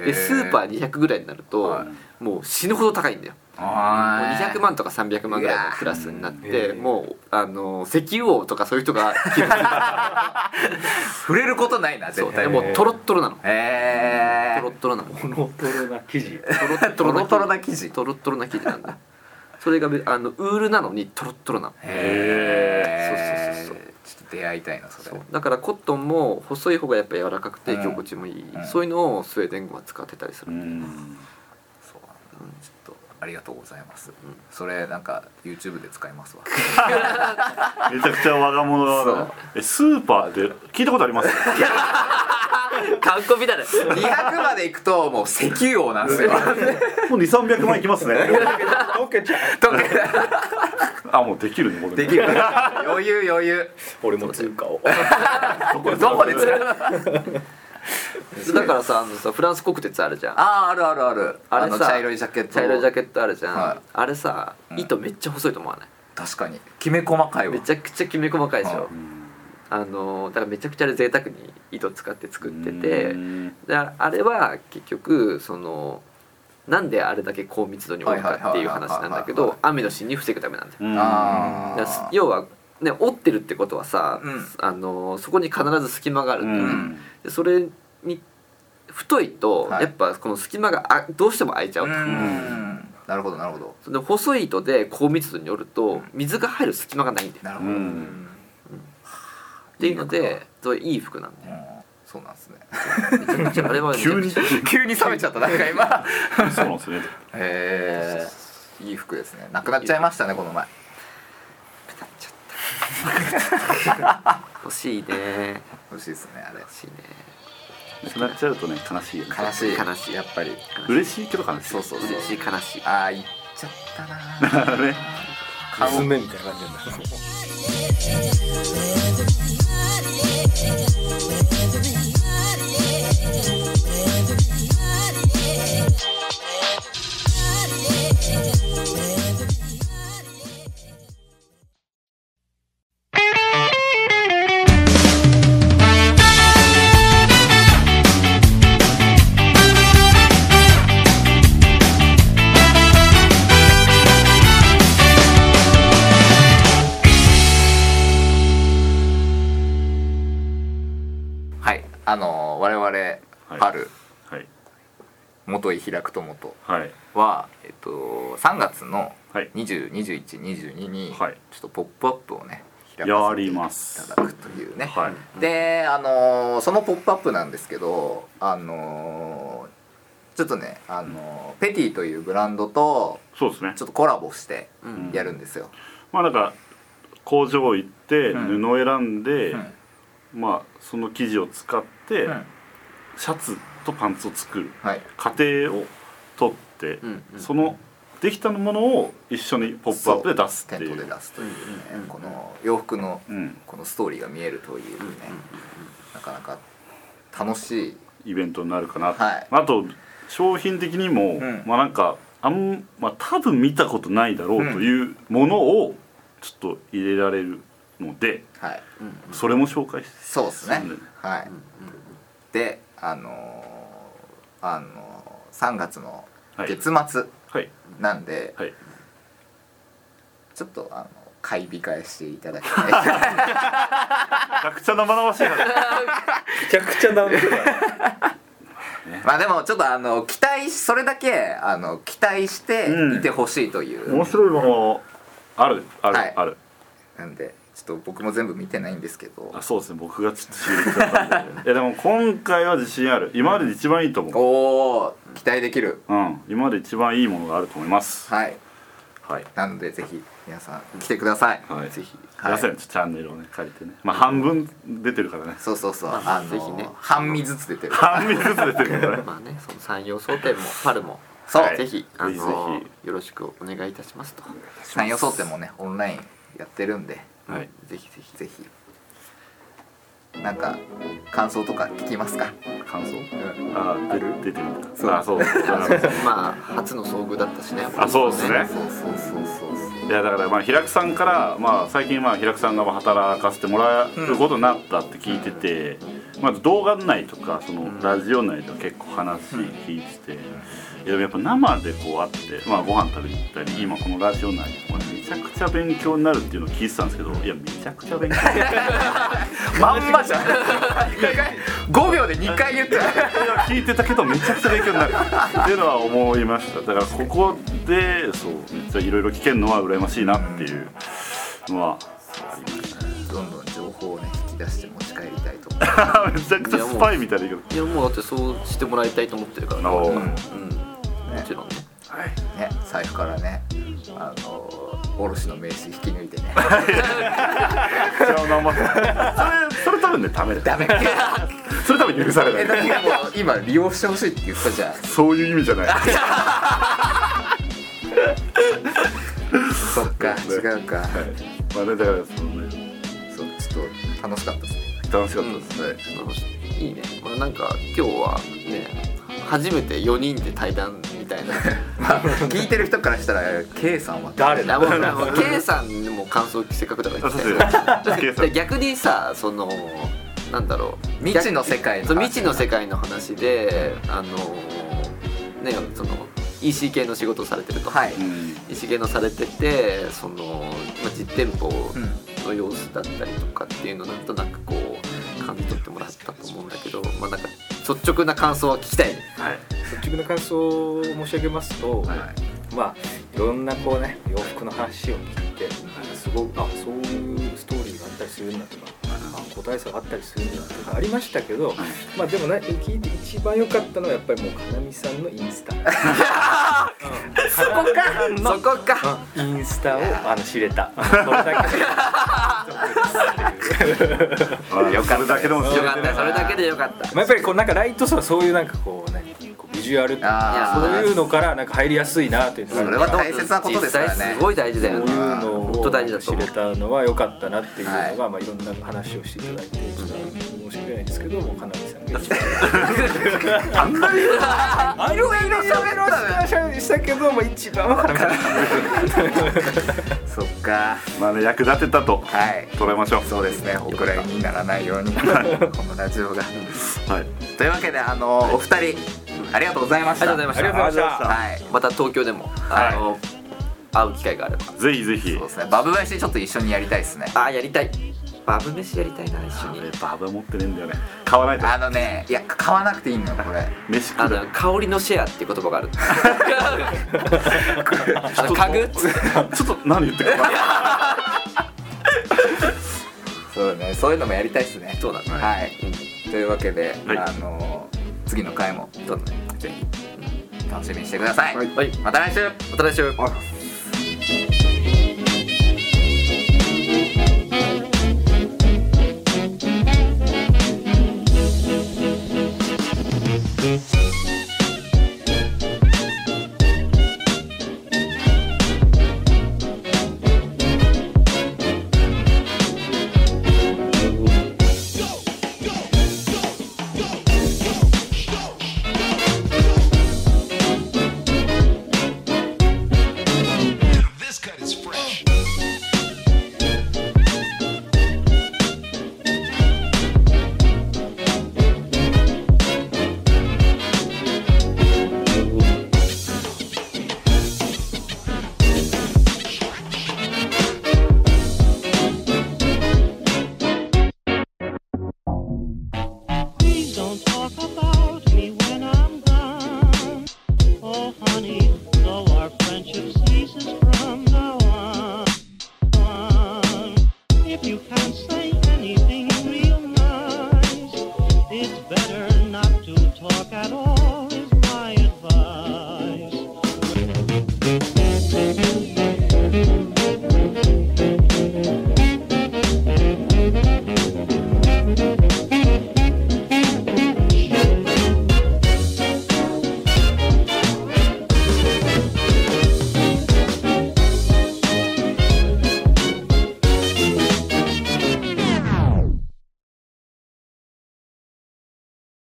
Speaker 1: る
Speaker 2: でスーパー200ぐらいになると、
Speaker 1: は
Speaker 2: もう死ぬほど高いんだよもう200万とか300万ぐらいのクラスになっ
Speaker 4: うわ
Speaker 2: て
Speaker 4: ー
Speaker 2: もうあの石油王とかそういう人が
Speaker 1: 触れることないな
Speaker 2: そう
Speaker 1: 絶
Speaker 2: で
Speaker 1: 対
Speaker 2: も
Speaker 1: もう
Speaker 2: うトロットロなの
Speaker 1: へえ
Speaker 2: トロットロなの
Speaker 4: このトロな生地
Speaker 2: トロ
Speaker 1: トロトロな生地
Speaker 2: トロトロな生地なんだそれがべあのウールなのにトロットロなの
Speaker 1: へえ
Speaker 2: そうそうそう
Speaker 1: ちょっと出会いたいなそ
Speaker 2: そ
Speaker 1: れ
Speaker 2: うだからコットンも細い方がやっぱ柔らかくて
Speaker 1: うん
Speaker 2: 着心地もいい、
Speaker 1: うん
Speaker 2: そういうのをスウェーデン語は使ってたりす
Speaker 3: う
Speaker 2: る、 うんち
Speaker 3: ん
Speaker 1: そう
Speaker 2: ょっと
Speaker 1: ありがとうございますそれなんか YouTube で使い ますわ
Speaker 3: めちゃくちゃ我が物
Speaker 1: そ
Speaker 3: だ
Speaker 1: う
Speaker 3: なえスーパーで聞いたことあります
Speaker 2: 観光みたいな
Speaker 1: 200まで行くともう石油王なんですよ
Speaker 3: もう2 3 0 0万いきますね
Speaker 4: 溶けちゃう
Speaker 1: 溶け
Speaker 3: あもうできるねこれね
Speaker 1: できる余裕余裕
Speaker 4: 俺も通貨を
Speaker 3: ど
Speaker 1: これどこで使う
Speaker 2: だからさあのさフランス国鉄あるじゃん
Speaker 1: あああるあるある
Speaker 2: あ
Speaker 1: あ
Speaker 2: れさ
Speaker 1: の茶色いジャケット
Speaker 2: 茶色いジャケットあるじゃん、
Speaker 1: はい
Speaker 2: あれさ糸めっちゃ細いと思わない、
Speaker 1: 確かにきめ細かいわ
Speaker 2: めちゃくちゃきめ細かいでしょ、
Speaker 1: はい
Speaker 3: うん
Speaker 2: あのだからめちゃくちゃあれ贅沢に糸使って作って
Speaker 3: う
Speaker 2: て
Speaker 3: ん
Speaker 2: でああれは結局そのなんであれだけ高密度に多いかっていう話な
Speaker 1: は
Speaker 2: んだけ
Speaker 1: いはいはいはいはいはい
Speaker 2: ど雨の死に防ぐためなんだよ
Speaker 3: うん
Speaker 1: あ
Speaker 2: だから
Speaker 1: あ
Speaker 2: 要はね折ってるってことはさ、
Speaker 1: うん
Speaker 2: あのそこに必ず隙間があるんだよね、
Speaker 3: うん
Speaker 2: でそれに太いと
Speaker 1: はい
Speaker 2: やっぱこの隙間があどうしても空いちゃう
Speaker 1: う
Speaker 2: と。
Speaker 1: んなるほどなるほど
Speaker 2: で細い糸で高密度によると水が入る隙間がないんだよ
Speaker 1: なるほど、
Speaker 3: う
Speaker 1: うんん、
Speaker 2: っていうの
Speaker 1: いい服
Speaker 2: でそういい服なんだよ
Speaker 1: そうなんですね
Speaker 2: めちゃくちゃあれはめちゃ
Speaker 3: 急
Speaker 2: く
Speaker 3: に
Speaker 2: ちゃ
Speaker 3: そう
Speaker 1: 急に冷めちゃったなんか今
Speaker 3: なんですね
Speaker 1: へえいい服ですねなくなっちゃいましたねこの前
Speaker 2: 欲しいね
Speaker 1: 欲しいですねあれ
Speaker 2: 欲しいね
Speaker 3: なくなっちゃうとね悲しいよね
Speaker 1: 悲しい
Speaker 2: 悲しい
Speaker 1: やっぱり
Speaker 3: 嬉しいけど悲しい
Speaker 1: そうそうそう
Speaker 2: 嬉しい悲しい
Speaker 1: ああ行っちゃったな
Speaker 3: ね
Speaker 4: スメみたいな感じなんだ
Speaker 1: はいあのー我々パル、
Speaker 3: はい
Speaker 1: 元井開くと元
Speaker 3: はい
Speaker 1: は、えっと、3月の
Speaker 3: はい
Speaker 1: 202122に、
Speaker 3: はい
Speaker 1: ちょっと「ポップアップをね開
Speaker 3: や
Speaker 1: か
Speaker 3: りま
Speaker 1: せてい
Speaker 3: す
Speaker 1: ただくというね、
Speaker 3: はい
Speaker 1: であのーその「ポップアップなんですけどあのーちょっとね、あのーペティというブランドと
Speaker 3: そうですね
Speaker 1: ちょっとコラボして
Speaker 2: うん
Speaker 1: やるんですよ、
Speaker 3: まあなんか工場行って
Speaker 1: うん
Speaker 3: 布を選んで、
Speaker 1: うん
Speaker 3: まあその生地を使って、
Speaker 1: うん
Speaker 3: シャツとパンツを作る
Speaker 1: はい
Speaker 3: 過程を取って、
Speaker 2: うんうん
Speaker 3: そのできたものを一緒に「ポップアップで出すってい
Speaker 1: 店
Speaker 3: う
Speaker 1: 頭で出すというね、
Speaker 2: うんうん
Speaker 1: この洋服の
Speaker 3: うん、
Speaker 1: このストーリーが見えるというね、なかなか楽しい
Speaker 3: イベントになるかな、
Speaker 1: はい
Speaker 3: あと商品的に
Speaker 1: う
Speaker 3: も、
Speaker 1: ん
Speaker 3: まあなんかあんまあ多分見たことないだろうというものをちちょっと入れられるので
Speaker 1: はい
Speaker 3: それも紹介して
Speaker 1: そうですね
Speaker 3: そうだよね
Speaker 1: はいであのーあのー3月の月末
Speaker 3: はい
Speaker 1: なんで、
Speaker 3: はい
Speaker 1: ちょっとあの買い控えしていただき たい
Speaker 3: めちゃくちゃ生々しい話
Speaker 4: ちゃくちゃなんとか
Speaker 1: まあでもちょっとあの期待それだけあの期待して
Speaker 3: うん
Speaker 1: いてほしいという、
Speaker 3: 面白いものあるある、
Speaker 1: はい
Speaker 3: ある
Speaker 1: なんでちょっと僕も全部見てないんですけど
Speaker 3: あそうですね僕がちょっと知りたかったんで いやでも今回は自信ある今までで一番いいと思う
Speaker 1: おお期待できる
Speaker 3: うん今まで一番いいものがあると思います
Speaker 1: はい
Speaker 3: はい
Speaker 1: なのでぜひ皆さん来てください
Speaker 3: はいぜひ
Speaker 1: はい
Speaker 3: 皆さんちょっとチャンネルをね借りてねまあ半分出てるからね
Speaker 1: そうそうそう
Speaker 2: まあ
Speaker 1: あの
Speaker 2: ぜひね
Speaker 1: 半身ずつ出てる
Speaker 3: 半分ずつ出てるからね
Speaker 2: まあねその山陽争点もパルも
Speaker 1: そう、
Speaker 3: はい
Speaker 2: ぜひあの
Speaker 3: ぜひぜ
Speaker 2: よろしくお願いいたしますと
Speaker 1: 三予想店もねオンラインやってるんで
Speaker 3: はい
Speaker 1: ぜひぜひぜひなんか感想とか聞きますか、
Speaker 3: 感想
Speaker 1: うん、
Speaker 3: あー出出てるん
Speaker 1: そう
Speaker 3: だあそうそう
Speaker 2: まあ初の遭遇だったしね
Speaker 3: あそうですね
Speaker 1: そうそうそうそうそう
Speaker 3: いやだからまあ平久さんから、まあ、最近まあ平久さんがまあ働かせてもらえることになったって聞いてて、まあ、動画内とかそのラジオ内とか結構話聞いてて、いやでもやっぱ生でこう会って、まあ、ご飯食べに行ったり今このラジオ内とかめちゃくちゃ勉強になるっていうのを聞いてたんですけどいやめちゃくちゃ勉強になる
Speaker 1: まんまじゃん5秒で2回言ってる
Speaker 3: いや聞いてたけどめちゃくちゃ勉強になるっていうのは思いましただからここでそうめっちゃいろいろ聞けるのは羨ましいなっていうのはありましたね
Speaker 1: どんどん情報をね引き出して持ち帰りたいと思
Speaker 3: めちゃくちゃスパイみたいな言い
Speaker 2: いやもうだってそうしてもらいたいと思ってるから
Speaker 3: 方お
Speaker 1: う、うん
Speaker 3: ー
Speaker 2: うんもちろんね
Speaker 3: はい
Speaker 1: ね、財布からねあの卸の名刺引き抜いてね
Speaker 3: じゃあまあそれそれ多分ねダメだ
Speaker 1: ダメか
Speaker 3: それ多分許さ
Speaker 1: え
Speaker 3: れ
Speaker 1: だ
Speaker 3: な
Speaker 1: っ
Speaker 3: い
Speaker 1: てもう今利用してほしいって言ったじゃん
Speaker 3: そういう意味じゃない
Speaker 1: そっか違うか
Speaker 3: はいまあねだからそのね
Speaker 1: そうちょっと楽しかったですね
Speaker 3: 楽しかったですね、
Speaker 2: いいねまあなんか今日はね初めて4人で対談み たいな
Speaker 1: まあ聞いてる人からしたら K さんは
Speaker 4: 誰
Speaker 2: な
Speaker 4: だ
Speaker 2: もうなもう K さんにも感想せっかくだから
Speaker 3: あ
Speaker 2: 聞き
Speaker 3: そ
Speaker 2: た
Speaker 3: う
Speaker 2: い
Speaker 3: ですあそうです
Speaker 2: で逆にさそのなんだろう
Speaker 1: 未知の世界の話
Speaker 2: そう未知の世界の話であのねその EC 系の仕事をされてると、
Speaker 1: はい、
Speaker 3: うん
Speaker 2: 石毛のされててその、まあ、実店舗
Speaker 1: うん
Speaker 2: の様子だったりとかっていうのをなんとなくこう感じ取ってもらったと思うんだけど、まあ、なんか率直な感想は聞きたいね
Speaker 3: はい
Speaker 4: 率直な感想を申し上げますと、
Speaker 3: は
Speaker 4: まあいろんなこうね洋服の話を聞いてすごくあそういうストーリーがあったりするんだとかあ個体差があったりするんだとかありましたけど、まあでもね聞いて一番良かったのはやっぱりもうかなみさんのインスタ、
Speaker 1: そこかそこか
Speaker 4: インスタをあの知れたそれだけで
Speaker 3: あよかっただけでも
Speaker 2: よかったそれだけでよかった
Speaker 4: まあやっぱりこうなんかライトさはそういうなんかこうねこうビジュアルとか
Speaker 1: あ
Speaker 4: そ
Speaker 1: ー
Speaker 4: ういうのからなんか入りやすいなというのが
Speaker 1: それは大切なことですからね
Speaker 2: 実際すごい大事だよ
Speaker 4: そう
Speaker 2: ね
Speaker 4: いうの
Speaker 2: 本当大事だ
Speaker 4: を
Speaker 2: と
Speaker 4: 知
Speaker 2: 思う
Speaker 4: れたのは良かったなっていうのが、
Speaker 1: はい
Speaker 4: まあいろんな話をしていただいてちょっと申し訳ないんですけどもかなりさんが一番
Speaker 1: いろいろ喋ろうだね
Speaker 4: 話したけども一番はかなみさん
Speaker 1: そっか
Speaker 3: まあね役立てたと
Speaker 1: はい
Speaker 3: 捉えましょう
Speaker 1: そうですねお蔵入りにならないようにこのラジオが
Speaker 3: はい
Speaker 1: というわけであのお二人ありがとうございました
Speaker 2: ありがとうございました
Speaker 3: ありがとうございました
Speaker 1: はい
Speaker 2: また東京でもあの、会う機会があれば
Speaker 3: ぜひぜひ
Speaker 1: そうですねバブ林ちょっと一緒にやりたいですね
Speaker 2: あーやりたいバブ飯やりたいな一緒
Speaker 3: あれ
Speaker 2: に
Speaker 3: バブ持ってねえんだよね買わないと
Speaker 1: あのねいや買わなくていいのよこれ
Speaker 3: 飯食
Speaker 2: あ
Speaker 3: うだ
Speaker 2: の香りのシェアっていう言葉があ るあの家具っつって
Speaker 3: けちょっと何言ってるか
Speaker 1: そうねそういうのもやりたいですね
Speaker 2: そうだね
Speaker 1: はい、というわけで、
Speaker 3: はい
Speaker 1: あの次の回も
Speaker 2: そうだね
Speaker 1: ぜひ楽しみにしてください、
Speaker 2: はい
Speaker 1: また来週
Speaker 2: また来週
Speaker 1: あ